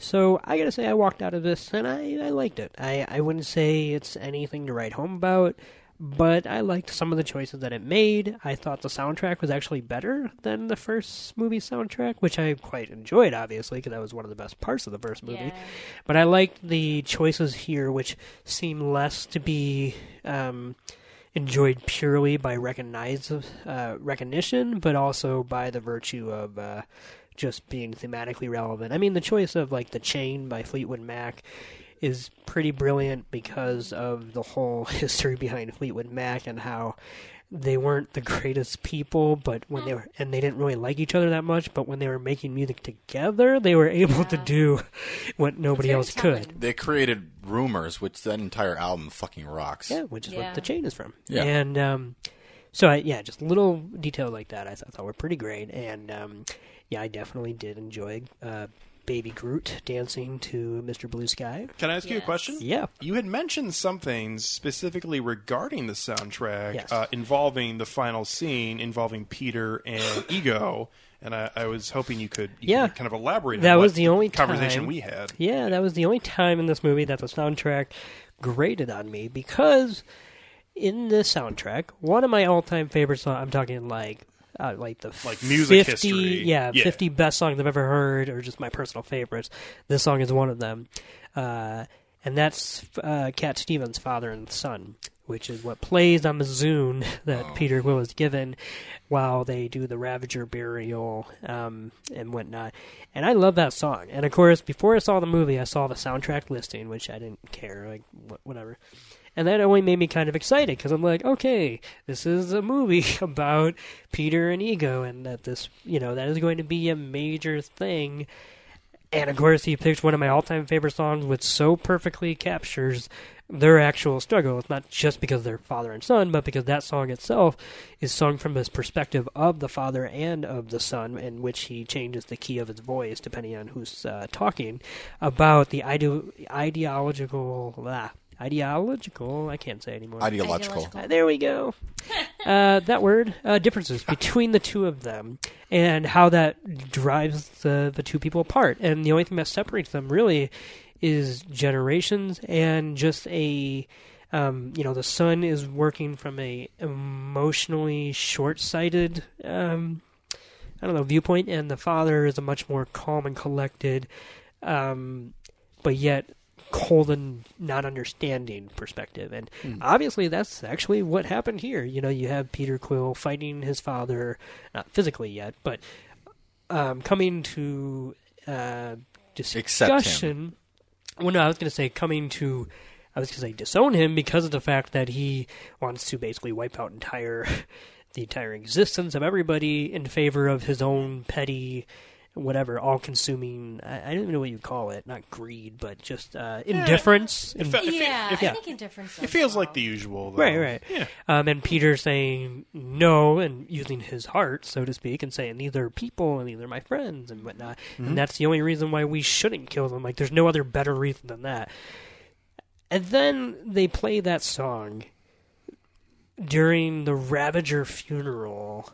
so I gotta say, I walked out of this and I, I liked it. I, I wouldn't say it's anything to write home about, but I liked some of the choices that it made. I thought the soundtrack was actually better than the first movie soundtrack, which I quite enjoyed, obviously, because that was one of the best parts of the first movie. Yeah. But I liked the choices here, which seem less to be um, enjoyed purely by recognize, uh, recognition, but also by the virtue of uh, just being thematically relevant. I mean, the choice of like the chain by Fleetwood Mac is pretty brilliant because of the whole history behind Fleetwood Mac and how they weren't the greatest people but when Mm. they were and they didn't really like each other that much but when they were making music together they were able to do what nobody very else telling. could They created rumors, which that entire album fucking rocks. yeah which is Yeah. what the chain is from Yeah. and um so I, yeah just little details like that i thought, thought were pretty great and um yeah i definitely did enjoy uh baby groot dancing to mr blue sky Can I ask you a Yes. question? yeah You had mentioned something specifically regarding the soundtrack Yes. uh, involving the final scene involving Peter and Ego, and I, I was hoping you could you Yeah. could kind of elaborate. That on was what the only conversation time- we had. Yeah, that was the only time in this movie that the soundtrack grated on me because in this soundtrack, one of my all-time favorite songs. I'm talking like. Uh, like the Like music 50, history. yeah, Yeah. 50 best songs I've ever heard, or just my personal favorites. This song is one of them, uh, and that's uh, Cat Stevens' "Father and Son," which is what plays on the Zune that Oh. Peter Quill is given while they do the Ravager burial um, and whatnot. And I love that song. And of course, before I saw the movie, I saw the soundtrack listing, which I didn't care, like wh- whatever. And that only made me kind of excited because I'm like, okay, this is a movie about Peter and Ego, and that this, you know, that is going to be a major thing. And of course, he picked one of my all time favorite songs, which so perfectly captures their actual struggle. It's not just because they're father and son, but because that song itself is sung from his perspective of the father and of the son, in which he changes the key of his voice depending on who's uh, talking about the ide- ideological. ah, ideological? I can't say anymore. Ideological. Ideological. Uh, there we go. uh, that word uh, differences between the two of them and how that drives the the two people apart. And the only thing that separates them really is generations and just a. Um, you know, the son is working from a emotionally short-sighted um, I don't know, viewpoint, and the father is a much more calm and collected, um, but yet cold and not understanding perspective. And obviously, that's actually what happened here. You know, you have Peter Quill fighting his father, not physically yet, but um, coming to uh, discussion. Well, no, I was going to say coming to. I was going to say disown him because of the fact that he wants to basically wipe out entire the entire existence of everybody in favor of his own petty, whatever, all-consuming. I, I don't even know what you call it. Not greed, but just uh, indifference. It fe- it fe- Yeah, it I think indifference. It sounds feels wrong. like the usual, though. Right, right. Yeah. Um, and Peter saying no and using his heart, so to speak, and saying these are people and these are my friends and whatnot. And that's the only reason why we shouldn't kill them. Like, there's no other better reason than that. And then they play that song during the Ravager funeral,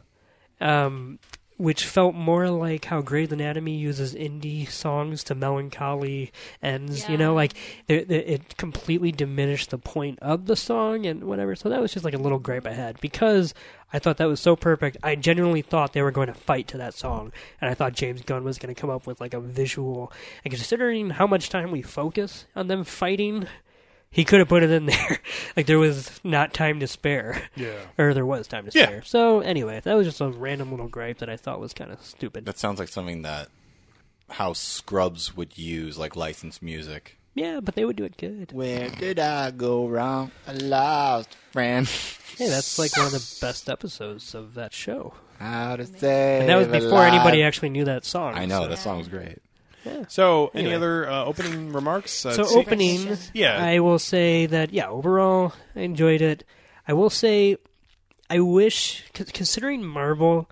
um, which felt more like how Grey's Anatomy uses indie songs to melancholy ends. You know, Yeah. like they they- it completely diminished the point of the song and whatever. So that was just like a little gripe I had because I thought that was so perfect. I genuinely thought they were going to fight to that song, and I thought James Gunn was going to come up with like a visual. And considering how much time we focus on them fighting. He could have put it in there. like there was not time to spare. Yeah. Or there was time to Yeah. spare. So anyway, that was just a random little gripe that I thought was kind of stupid. That sounds like something that how Scrubs would use, like licensed music. Yeah, but they would do it good. Where did I go wrong? I lost friend. Hey, that's like one of the best episodes of that show. How to say? And that was before anybody actually knew that song. I know so- that song was great. So, any Anyway. other uh, opening remarks? Uh, So see- opening, Yeah. I will say that yeah, overall I enjoyed it. I will say I wish c- considering Marvel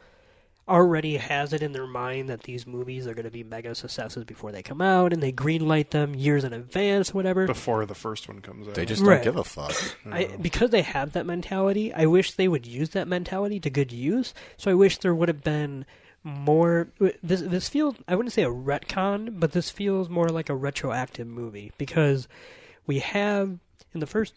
already has it in their mind that these movies are going to be mega successes before they come out and they greenlight them years in advance whatever. before the first one comes out. They just don't Right. give a fuck. I, because they have that mentality, I wish they would use that mentality to good use. So I wish there would have been more. This this feels I wouldn't say a retcon, but this feels more like a retroactive movie because we have in the first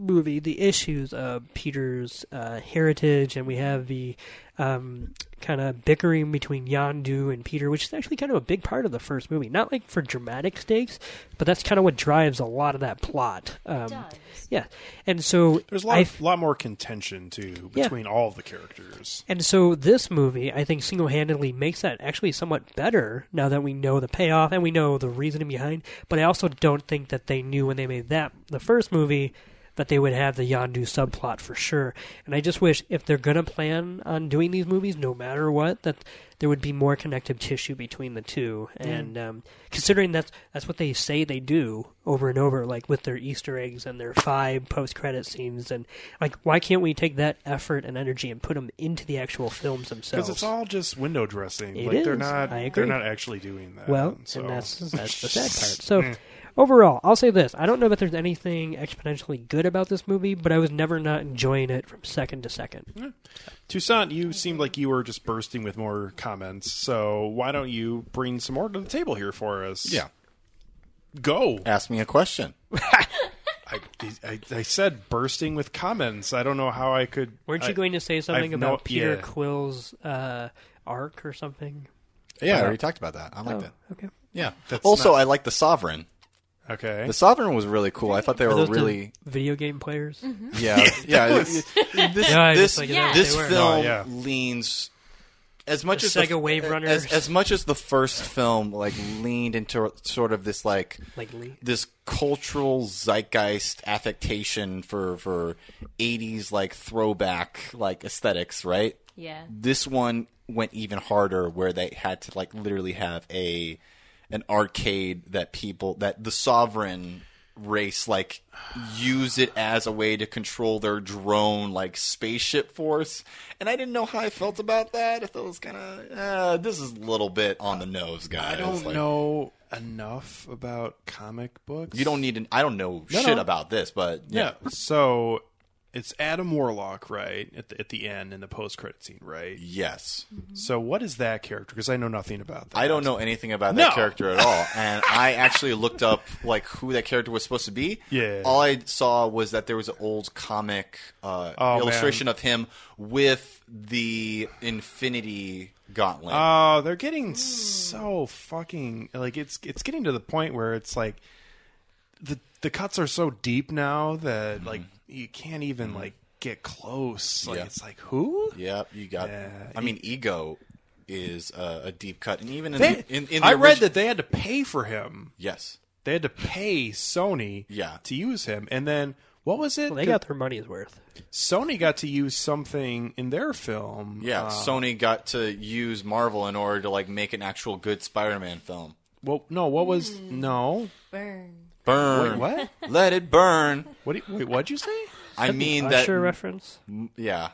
movie the issues of Peter's uh, heritage, and we have the um, kind of bickering between Yondu and Peter, which is actually kind of a big part of the first movie. Not like for dramatic stakes, but that's kind of what drives a lot of that plot. Um, does. Yeah, and so There's a lot, I of, lot more contention too Yeah. between all of the characters. and so this movie, I think, single-handedly makes that actually somewhat better now that we know the payoff and we know the reasoning behind. But I also don't think that they knew when they made that the first movie that they would have the Yondu subplot for sure. And I just wish if they're gonna plan on doing these movies, no matter what, that there would be more connective tissue between the two. And um, considering that's that's what they say they do over and over, like with their Easter eggs and their five post-credit scenes, and like why can't we take that effort and energy and put them into the actual films themselves? Because it's all just window dressing. It like they're is. not I they're agree. not actually doing that. well, so. Hmm. and that's that's the sad part. So. Overall, I'll say this. I don't know that there's anything exponentially good about this movie, but I was never not enjoying it from second to second. Toussaint, you seemed like you were just bursting with more comments. So why don't you bring some more to the table here for us? Yeah. Go. Ask me a question. I, I, I said bursting with comments. I don't know how I could. Weren't I- you going to say something I've no- about Peter yeah. Quill's uh, arc or something? Yeah, I already talked about that. I Oh. liked it. Okay. Yeah. That's also, not- I liked the Sovereign. Okay. The Sovereign was really cool. I thought they Are were those the really video game players. yeah yeah. This Yeah, I just this, like it out. this They were. film Oh, yeah. leans as much The as Sega Wave Runners. as, as much as the first film like leaned into sort of this like Like Lee. this cultural zeitgeist affectation for for 80s like throwback like aesthetics right Yeah. this one went even harder where they had to like literally have a an arcade that people that the sovereign race like use it as a way to control their drone like spaceship force and i didn't know how i felt about that if that was kind of uh, this is a little bit on the nose guys I don't Like, know enough about comic books. you don't need an i don't know No, shit no. about this but yeah Yeah. So it's Adam Warlock, right? At the, at the end in the post credit scene, right? yes So what is that character? Because I know nothing about that. I don't know anything about that No. character at all, and I actually looked up like who that character was supposed to be. Yeah. All I saw was that there was an old comic uh, Oh, illustration of him with the Infinity Gauntlet. Oh, they're Hmm. getting so fucking like it's it's getting to the point where it's like the the cuts are so deep now that like you can't even like get close. Like Mm-hmm. Yeah. it's like who? yep, you got. Yeah. I mean, Ego is uh, a deep cut, and even in, They- the, in, in the I read origi- that they had to pay for him. Yes, They had to pay Sony Yeah. to use him. And then what was it? Well, they got their money's worth. Sony got to use something in their film. yeah. Uh, Sony got to use Marvel in order to like make an actual good Spider-Man film. well, no, what was Hmm. no? Burn. Burn. Wait, what? Let it burn. what? do you- Wait, what'd you say? I mean that. Usher reference. Yeah.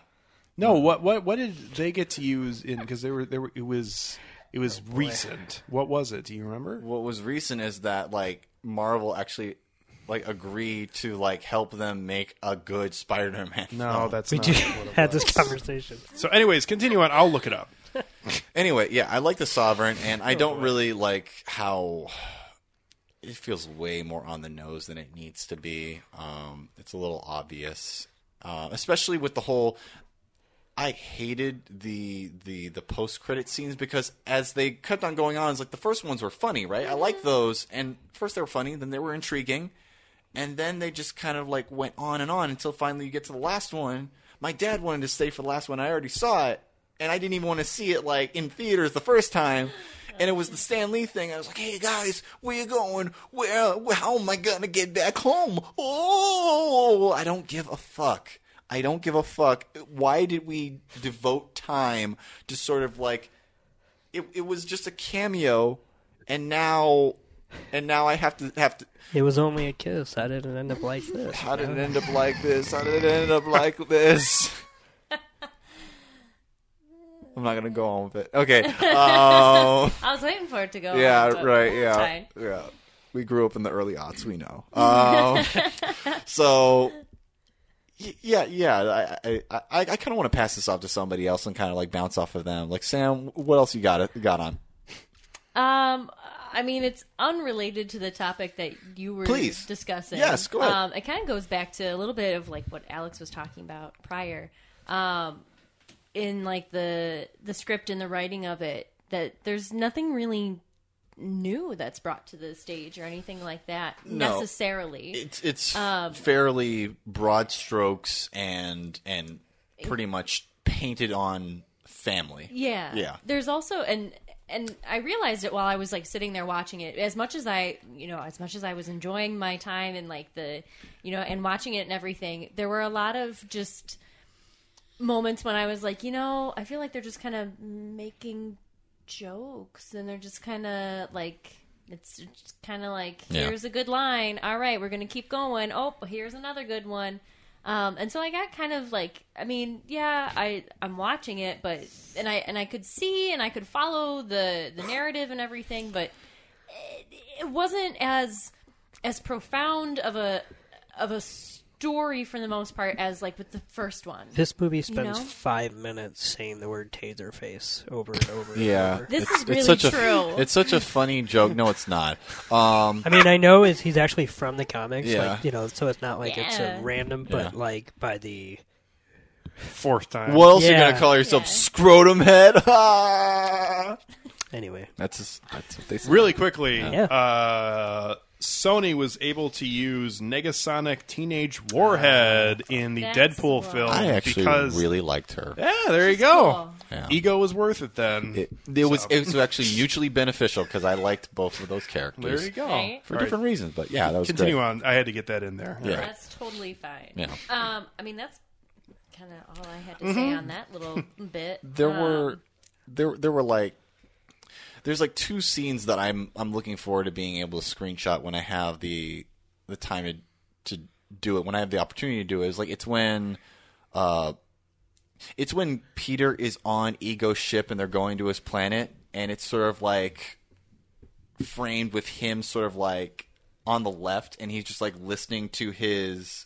No, what what what did they get to use in because they were they were it was it was Oh, recent. What was it? Do you remember? what was recent is that like Marvel actually like agreed to like help them make a good Spider-Man. No, film. that's We not do what it had this was. conversation. So, anyways, continue on. I'll look it up. Anyway, yeah, I like the Sovereign, and I don't really like how it feels way more on the nose than it needs to be. Um, it's a little obvious, uh, especially with the whole. I hated the the the post credit scenes because as they kept on going on, it's like the first ones were funny, right? I liked those, and first they were funny, then they were intriguing, and then they just kind of like went on and on until finally you get to the last one. My dad wanted to stay for the last one. I already saw it, and I didn't even want to see it like in theaters the first time. And it was the Stan Lee thing. I was like, "Hey guys, where you going? Where? How am I gonna get back home? Oh, I don't give a fuck. I don't give a fuck. Why did we devote time to sort of like it? It was just a cameo, and now, and now I have to have to." It was only a kiss. I didn't end up like this. How did it end up like this? How did it end up like this? I'm not gonna go on with it. Okay. Um, I was waiting for it to go. yeah. on, but Right. it's Yeah. fine. Yeah. We grew up in the early aughts. We know. Um, so. y- Yeah, yeah. I, I, I, I kind of want to pass this off to somebody else and kind of like bounce off of them. Like Sam, what else you got? Got on? Um, I mean, it's unrelated to the topic that you were Please. discussing. Yes, go ahead. Um, it kind of goes back to a little bit of like what Alex was talking about prior. Um, in like the the script and the writing of it, that there's nothing really new that's brought to the stage or anything like that No. necessarily. It's it's Um, fairly broad strokes and and pretty much painted on family. Yeah. Yeah. There's also and and I realized it while I was like sitting there watching it. As much as I, you know, as much as I was enjoying my time and like the, you know, and watching it and everything, there were a lot of just moments when I was like, you know, I feel like they're just kind of making jokes and they're just kind of like it's just kind of like Yeah. here's a good line. All right, we're going to keep going. Oh, here's another good one. Um, and so I got kind of like, I mean, yeah, I I'm watching it, but and I and I could see and I could follow the the narrative and everything, but it, it wasn't as as profound of a of a story for the most part as like with the first one. This movie spends know? five minutes saying the word taserface over and over. and over. This It's- is it's really such a- true. it's such a funny joke. No, it's not. Um, I mean, I know is he's actually from the comics, Yeah. like, you know, so it's not like it's a Yeah. random, but like by the Fourth time. What else are you Yeah. gonna call yourself, Yeah. scrotum head? Ah! anyway. that's just, that's what they say. Really quickly, Yeah. uh, Sony was able to use Negasonic Teenage Warhead in the That's Deadpool wild. film Ah. I actually because really liked her. yeah, there you go. cool. Yeah. Ego was worth it then. It, it was it was actually mutually beneficial because I liked both of those characters there you go. Right. for All right, different reasons. But yeah, that was Continue great. on. I had to get that in there. Yeah. That's totally fine. Yeah. Um, I mean, that's kind of all I had to say on that little bit. There Um, were there there were like there's like two scenes that I'm I'm looking forward to being able to screenshot when I have the the time to to do it when I have the opportunity to do it. It's like it's when uh it's when Peter is on Ego's ship and they're going to his planet and it's sort of like framed with him sort of like on the left and he's just like listening to his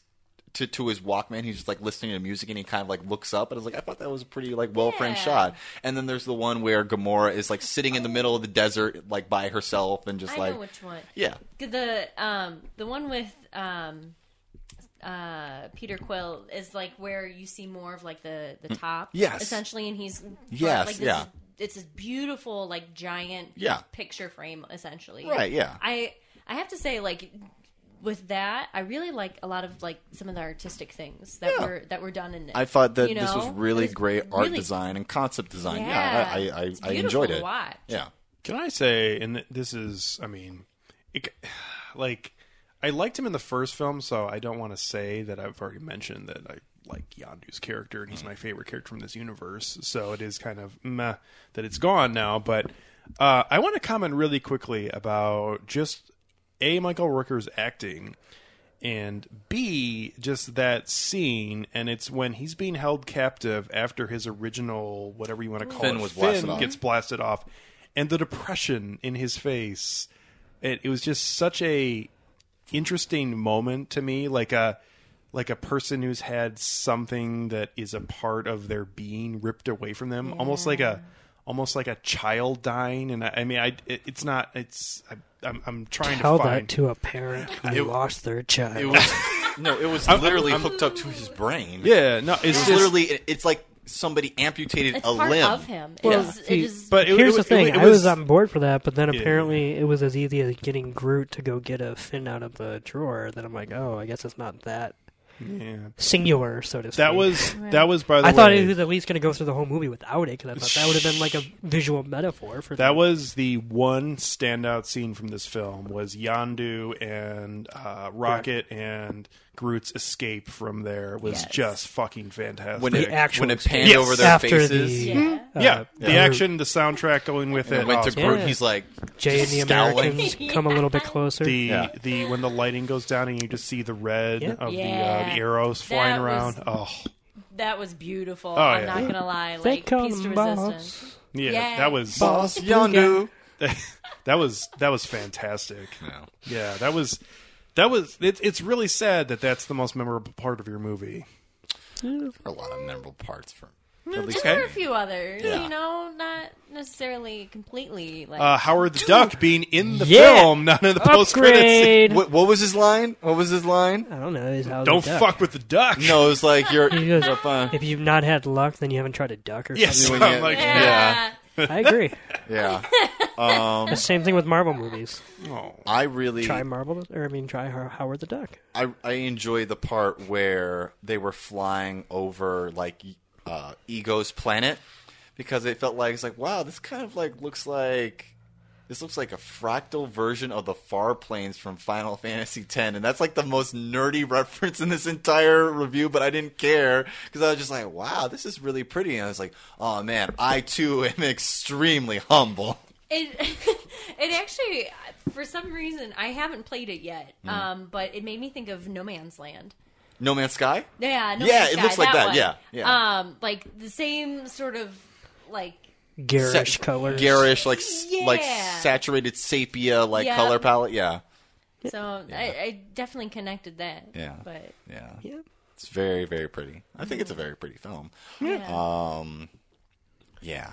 to, to his Walkman, he's just like listening to music and he kind of like looks up and I was like, I thought that was a pretty like well framed Yeah. shot. And then there's the one where Gamora is like sitting in the middle of the desert like by herself and just I like know which one. Yeah. The um the one with um uh Peter Quill is like where you see more of like the the top. Mm, Yes. Essentially, and he's Yes, Like, this yeah. Is, it's this beautiful like giant Yeah. picture frame essentially. Right, yeah. I I have to say like with that I really like a lot of like some of the artistic things that Yeah. were that were done in this. I thought that you this was know? really It's great art really- design and concept design. Yeah. Yeah, I I, I, It's I beautiful enjoyed to it. watch. Yeah. Can I say, and th- this is, I mean, it, c- like, I liked him in the first film, so I don't want to say that I've already mentioned that I like Yondu's character, and he's Mm. my favorite character from this universe. So it is kind of meh that it's gone now. But uh, I want to comment really quickly about just A, Michael Rooker's acting, and B, just that scene, and it's when he's being held captive after his original, whatever you want to call Finn it, was blasted Finn off. gets blasted off, and the depression in his face. It, it was just such a interesting moment to me, like a like a person who's had something that is a part of their being ripped away from them, almost like a almost like a child dying. And I, I mean, I it, it's not it's I, I'm I'm trying Tell to find that to a parent who lost their child. It was no, it was I'm- literally I'm- hooked up to his brain. yeah no it's It's just literally it- it's like somebody amputated it's a part limb. of him. It Well, is- it see, is but it, Here's it- the thing: it- it I was on board for that, but then Yeah. apparently it was as easy as getting Groot to go get a fin out of the drawer. That I'm like, oh, I guess it's not that yeah. singular, so to speak. that was that was by the I way thought he was at least going to go through the whole movie without it, because I thought that would have been like a visual metaphor for That was the one standout scene from this film was Yandu and uh, Rocket and Groot's escape from there was Yes. just fucking fantastic. When the it- actual when it experience. panned over their after faces. The, yeah. yeah, the Groot. action, the soundtrack going with And it. it went to awesome. Groot. Yeah. He's like Jay and the Scowling. Americans come a little bit closer. the Yeah. the when the lighting goes down and you just see the red Yeah. of the, uh, Yeah. the arrows flying That around. was- oh, That was beautiful. Oh, I'm yeah. not gonna lie. they Like come peace to boss. resistance. yeah, Yeah. that was boss Yondu. that was that was fantastic. No. Yeah, that was that was. It, it's really sad that that's the most memorable part of your movie. There are a lot of memorable parts from At least Okay. There are a few others, Yeah. you know, not necessarily completely like Uh, Howard the Duck being in the Yeah. film, not in the post credits. Upgrade. What, what was his line? What was his line? I don't know. Is how Don't they duck. fuck with the duck. No, it was like you're. He goes, you're fine. If you've not had luck, then you haven't tried to duck or Yes. When I'm you- like, yeah. yeah, something. I agree. yeah. The same thing with Marvel movies. Oh. I really, Try Marvel, or I mean, try Ho- Howard the Duck. I, I enjoyed the part where they were flying over like uh, Ego's planet because it felt like it's like wow, this kind of like looks like this looks like a fractal version of the far planes from Final Fantasy X, and that's like the most nerdy reference in this entire review. But I didn't care because I was just like, wow, this is really pretty, and I was like, oh man, I too am extremely humble. It it actually for some reason I haven't played it yet, Mm-hmm. um, but it made me think of No Man's Land. No Man's Sky. Yeah, No Yeah, Man's it Sky, looks like that, one. yeah, yeah. Um, like the same sort of like Garish Sa- colors. garish, like s Yeah. like saturated sepia, like Yeah. color palette. Yeah, so I, I definitely connected that. Yeah. but yeah, Yeah. It's very, very pretty. I think it's a very pretty film. yeah. Yeah,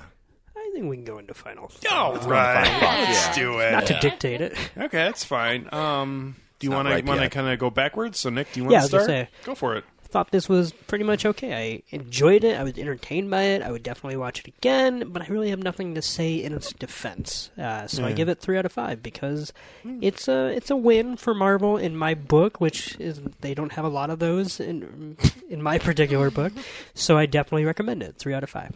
I think we can go into finals. All right. Yeah. Let's do it. Not to dictate it. Okay, that's fine. Um, do you not want to ripe want to yet. kind of go backwards? So Nick, do you want Yeah, I to was gonna start? say. Go for it. thought this was pretty much okay. I enjoyed it. I was entertained by it. I would definitely watch it again, but I really have nothing to say in its defense. Uh, so I give it three out of five because it's a it's a win for Marvel in my book, which is they don't have a lot of those in in my particular book. So I definitely recommend it. Three out of five.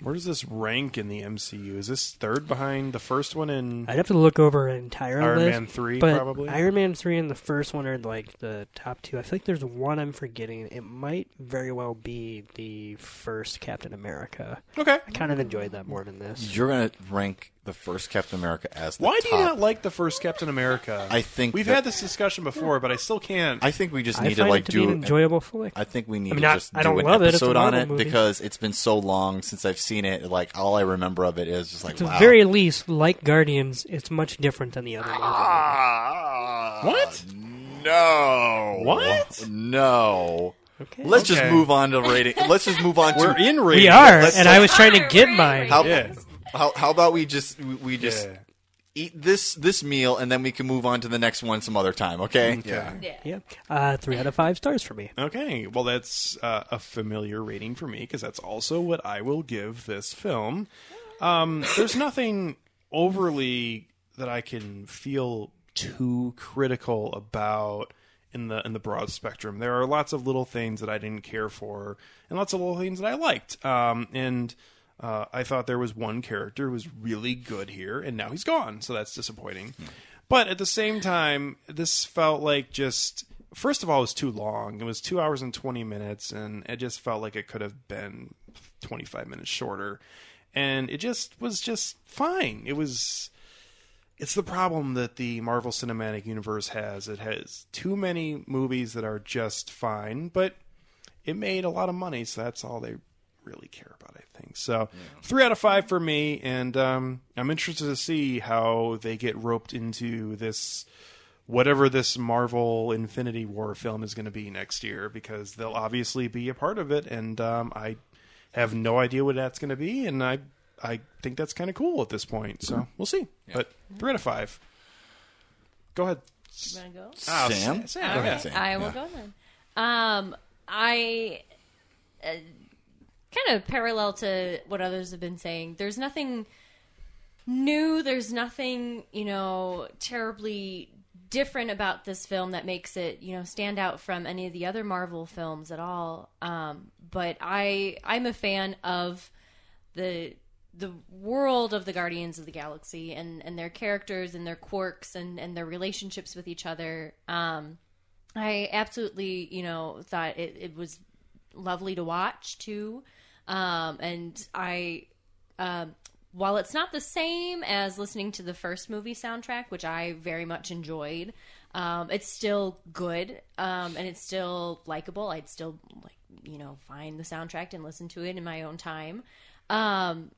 Where does this rank in the MCU? Is this third behind the first one? And I'd have to look over an entire Iron list, Man 3 but probably? Iron Man three and the first one are like the top two. I feel like there's one I'm forgetting. It might very well be the first Captain America. okay. I kind of enjoyed that more than this. you're gonna rank the first Captain America as the Why do you top. not like the first Captain America? I think we've that- had this discussion before, but I still can't. I think we just I need find to like it to do. be an enjoyable flick. I think we need I mean, to I- just I do don't an love it. It's a episode on Marvel it movie. because it's been so long since I've seen it. Like all I remember of it is just like At the wow. very least, like Guardians, it's much different than the other movie. Ah, What? No. What? No. Okay. Let's Okay. just move on to rating. Let's just move on We're to in rating. we are, let's and talk- I was trying to Fire, get fire, mine. fire. How, Yeah. how how about we just we, we just Yeah. eat this this meal and then we can move on to the next one some other time, okay? Yeah. yeah. Yeah, uh, three out of five stars for me. Okay, well, that's uh, a familiar rating for me because that's also what I will give this film. Um, there's nothing overly that I can feel too critical about in the in the broad spectrum. There are lots of little things that I didn't care for, and lots of little things that I liked. Um, and uh, I thought there was one character who was really good here, and now he's gone, so that's disappointing. But at the same time, this felt like just first of all, it was too long. It was two hours and twenty minutes, and it just felt like it could have been twenty five minutes shorter. And it just was just fine. It was it's the problem that the Marvel Cinematic Universe has. It has too many movies that are just fine, but it made a lot of money, so that's all they really care about, I think. So three out of five for me, and um, I'm interested to see how they get roped into this whatever this Marvel Infinity War film is going to be next year, because they'll obviously be a part of it, and um, I have no idea what that's going to be, and I I think that's kind of cool at this point. So we'll see. But three out of five. Go ahead. You wanna go? Ah, Sam? Sam, Go yeah. ahead, Sam. I will Yeah. go then. Um, I uh, kind of parallel to what others have been saying. There's nothing new. There's nothing you know terribly different about this film that makes it you know stand out from any of the other Marvel films at all. Um, but I I'm a fan of the the world of the Guardians of the Galaxy and and their characters and their quirks and and their relationships with each other. Um, I absolutely, you know, thought it, it was lovely to watch too. Um, and I, um, while it's not the same as listening to the first movie soundtrack, which I very much enjoyed, um, it's still good um, and it's still likable. I'd still like, you know, find the soundtrack and listen to it in my own time. Um,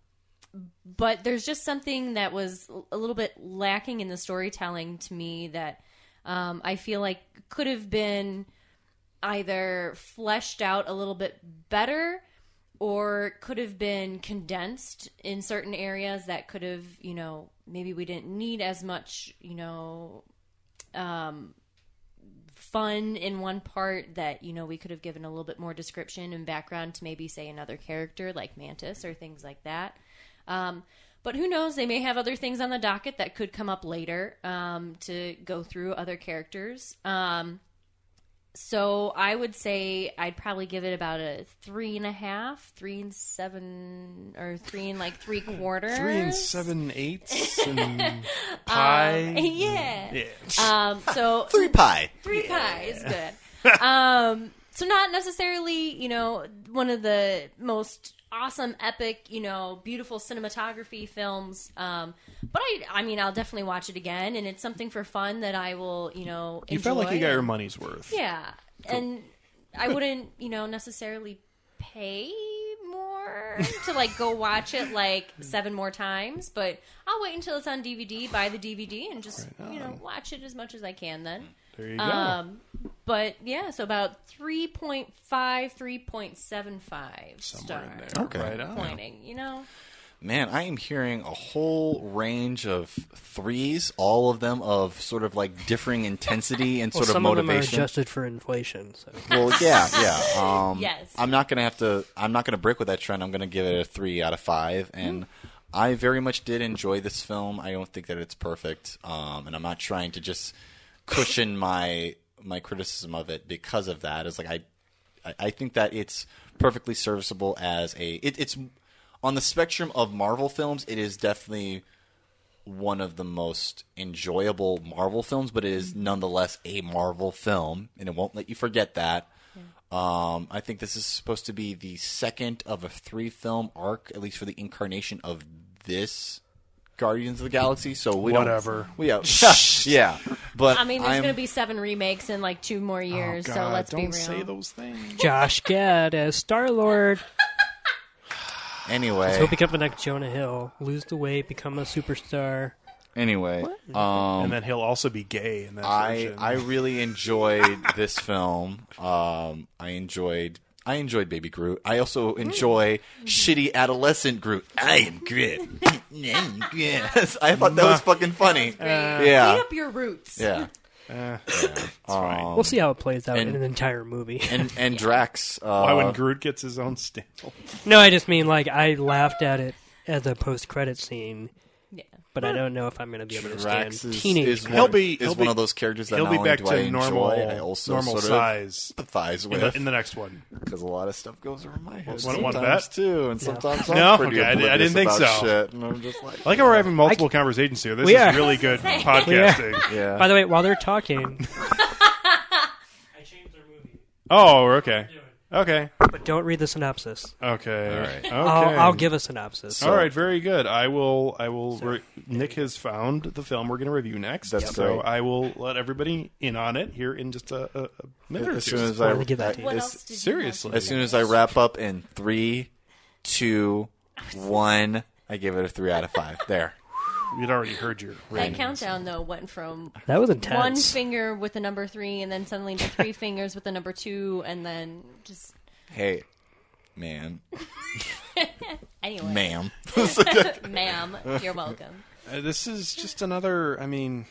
but there's just something that was a little bit lacking in the storytelling to me that um, I feel like could have been either fleshed out a little bit better or could have been condensed in certain areas that could have, you know, maybe we didn't need as much, you know, um, fun in one part that, you know, we could have given a little bit more description and background to maybe, say, another character like Mantis or things like that. Um, but who knows? They may have other things on the docket that could come up later um, to go through other characters. Um, so I would say I'd probably give it about a three and a half, three and seven, or three and like three quarters. Three and seven eighths and pie. Um, Yeah. yeah. Um, so Three pie. three pie is good. um, so not necessarily, you know, one of the most awesome, epic, you know, beautiful cinematography films. Um, but I, I mean, I'll definitely watch it again, and it's something for fun that I will, you know, enjoy. you felt like you got your money's worth. Um, Yeah, and I wouldn't, you know, necessarily pay more to like go watch it like seven more times, but I'll wait until it's on DVD, buy the DVD, and just Right you know on. Mm. watch it as much as I can then. There you go. Um, but yeah, so about 3.5, 3.75 Somewhere star in there. Okay. Right on. pointing, you know? Man, I am hearing a whole range of threes, all of them of sort of like differing intensity and Well, sort of some of them are motivation. adjusted for inflation. So Well, yeah, yeah. Mm. Um, Yes. I'm not gonna have to. I'm not gonna break with that trend. I'm gonna give it a three out of five, and I very much did enjoy this film. I don't think that it's perfect, um, and I'm not trying to just cushion my my criticism of it because of that. It's like I, I, I think that it's perfectly serviceable as a. It, it's on the spectrum of Marvel films. It is definitely one of the most enjoyable Marvel films, but it is nonetheless a Marvel film, and it won't let you forget that. Um, I think this is supposed to be the second of a three film arc, at least for the incarnation of this Guardians of the Galaxy. So we don't- Whatever. we yeah, yeah. But I mean, there's I'm- going to be seven remakes in like two more Oh, years, so God, let's don't be real. say those things. Josh Gad as Star Lord. anyway. He'll become the next Jonah Hill. Lose the weight, become a superstar. Anyway, and then he'll also be gay in that Um, I version. I really enjoyed this film. Um, I enjoyed I enjoyed Baby Groot. I also Mm. enjoy shitty adolescent Groot. I am Groot. yes, I thought that was fucking funny. Clean Yeah, up your roots. yeah. Eh. Um, fine. We'll see how it plays out and- in an entire movie. And and Drax. Uh, Why when Groot gets his own standalone? no, I just mean like I laughed at it as a post-credit scene, Yeah. but I don't know if I'm going to be able to stand Drax is, teenage. is, one, He'll be- is he'll one be- of those characters that He'll not be only back do I to enjoy, normal, I also normal sort size of uh, empathize in the, with in the next one. because a lot of stuff goes over my head Want- want to sometimes bet? too, and sometimes I'm No? pretty Okay, I di- I didn't oblivious think about so. Shit, and I'm just like, I like how we're having multiple conversations here. This We is are. really good Say. podcasting. yeah. By the way, while they're talking, I changed their movie, Oh, okay. Okay. but don't read the synopsis. Okay. All right. Okay. I'll, I'll give a synopsis. All right, very good. I will. I will. re- Nick has found the film we're going to review next, That's so great. I will let everybody in on it here in just a, a, a minute or as two. soon as Wanted I to give that to you. What as- else did Seriously, as soon as I wrap up in three, two, one, I give it a three out of five. There, we'd already heard your you have? rating. That countdown, though, went from That was one intense. finger with the number three and then suddenly to three fingers with the number two and then just. hey, man, Anyway, ma'am, ma'am, you're welcome. Uh, this is just another. I mean,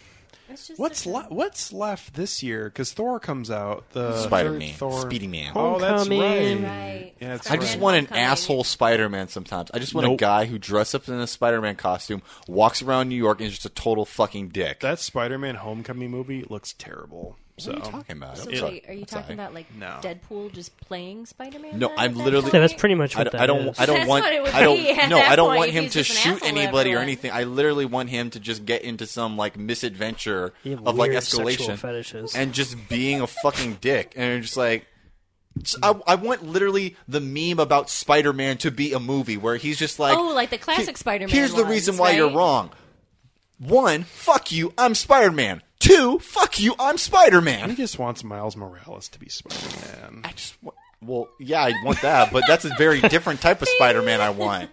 It's just what's such a- le- what's left this year? Because Thor comes out. The Spider-Man. third Thor. Speedy Man. Oh, that's Homecoming. right. Right. Yeah, it's I just Right. want an Homecoming. asshole Spider-Man. Sometimes I just want a Nope. guy who dresses up in a Spider-Man costume, walks around New York, and is just a total fucking dick. That Spider-Man Homecoming movie looks terrible. So what are you talking about? So I'm sorry. wait, are you I'm talking sorry. about like No. Deadpool just playing Spider-Man? No, then I'm at that literally- point? yeah, that's pretty much I, what d- that I don't. is. I don't That's want. what it would I don't. be at No, that I don't point want if him he's to just an shoot asshole to anybody or everyone. anything. I literally want him to just get into some like misadventure You of have like weird sexual escalation fetishes. and just being a fucking dick. And you're just like, I, I want literally the meme about Spider-Man to be a movie where he's just like, Oh, like the classic Spider-Man Here's the ones, reason why you're right? wrong. One, fuck you, I'm Spider-Man. Two, fuck you, I'm Spider-Man. he just wants Miles Morales to be Spider-Man. I just want. Well, yeah, I want that, but that's a very different type of Spider-Man I want.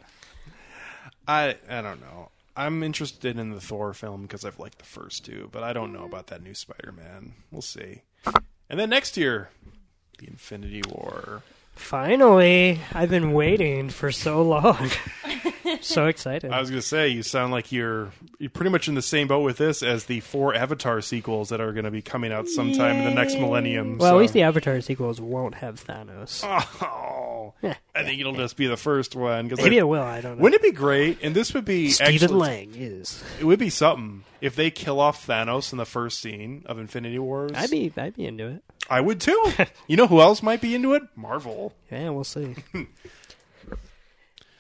I I don't know. I'm interested in the Thor film because I've liked the first two, but I don't know about that new Spider-Man. We'll see. And then next year, the Infinity War. Finally, I've been waiting for so long. so excited. I was going to say you sound like you're you're pretty much in the same boat with this as the four Avatar sequels that are going to be coming out sometime in the next millennium. well, so. at least the Avatar sequels won't have Thanos. Oh, I think it'll just be the first one. 'cause Maybe I- it will. I don't know. Wouldn't it be great? And this would be Stephen actually, Lang is. It would be something if they kill off Thanos in the first scene of Infinity Wars. I'd be. I'd be into it. I would too. you know who else might be into it? Marvel. Yeah, we'll see.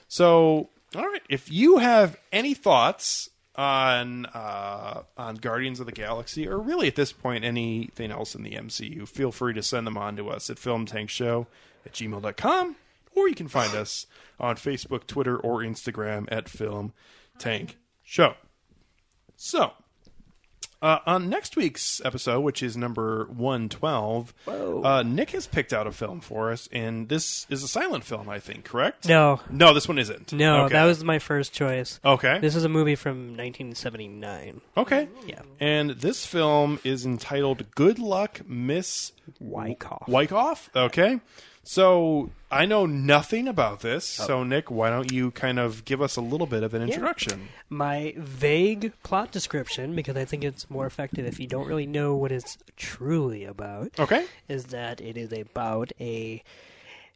So, all right. If you have any thoughts on uh, on Guardians of the Galaxy, or really at this point anything else in the MCU, feel free to send them on to us at filmtankshow at gmail.com, or you can find us on Facebook, Twitter, or Instagram at Film Tank Show. So, uh, on next week's episode, which is number 112, uh, Nick has picked out a film for us, and this is a silent film, I think, correct? No, No, this one isn't. no, Okay. that was my first choice. okay. This is a movie from 1979. okay. Yeah. And this film is entitled "Good Luck, Miss Wyckoff. Wyckoff." Okay. So I know nothing about this. So Nick, why don't you kind of give us a little bit of an introduction? my vague plot description, because I think it's more effective if you don't really know what it's truly about, Okay. is that it is about a.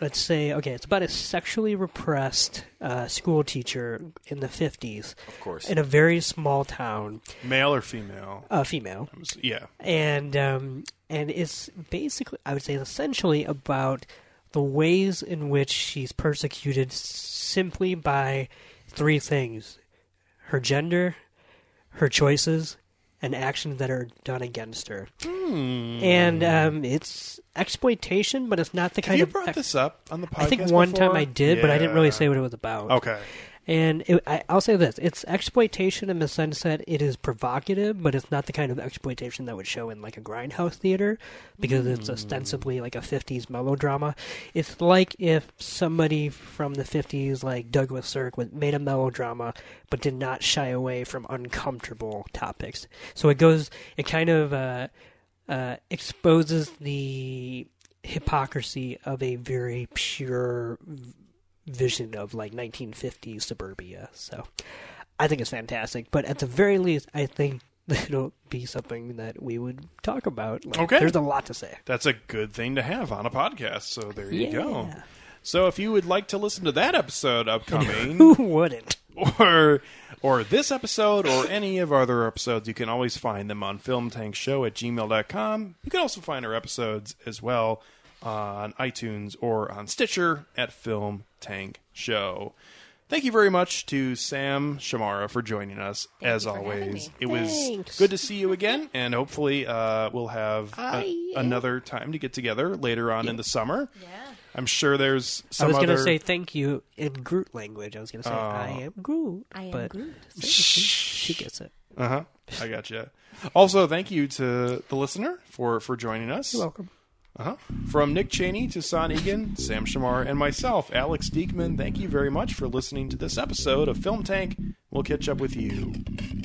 Let's say, okay, it's about a sexually repressed uh, school teacher in the 50s Of course. in a very small town, Male or female? uh, female. Yeah. and um, and it's basically I would say it's essentially about the ways in which she's persecuted s- simply by three things: her gender, her choices, and actions that are done against her. And um, it's exploitation, but it's not the Mm. Have kind you of. brought this up on the podcast? I think one time before? I did, but I didn't really Yeah. Oh. say what it was about. Okay. And it, I, I'll say this: it's exploitation in the sense that it is provocative, but it's not the kind of exploitation that would show in like a grindhouse theater, because it's Mm. ostensibly like a '50s melodrama. It's like if somebody from the '50s, like Douglas Sirk, was, made a melodrama, but did not shy away from uncomfortable topics. So it goes, it kind of uh, uh, exposes the hypocrisy of a very pure vision of like 1950s suburbia. So I think it's fantastic. But at the very least, I think it'll be something that we would talk about. Like, Okay. There's a lot to say. That's a good thing to have on a podcast. So there you Yeah. go. So if you would like to listen to that episode upcoming, Who wouldn't? or or this episode or any of our other episodes, you can always find them on filmtankshow at gmail.com. You can also find our episodes as well on iTunes or on Stitcher at Film Tank Show. Thank you very much to Sam Shamara for joining us. as you for having always, me. it was Thanks. good to see you again, and hopefully, uh, we'll have a- another time to get together later on in the summer. Yeah. I'm sure there's I some was going to other- Oh. say thank you in Groot language. I was going to say, I am Groot. I am but Groot. She gets it. Uh huh. I gotcha. Also, thank you to the listener for for joining us. You're welcome. Uh-huh. From Nick Cheney to Son Egan, Sam Shamar, and myself, Alex Diekman, thank you very much for listening to this episode of Film Tank. We'll catch up with you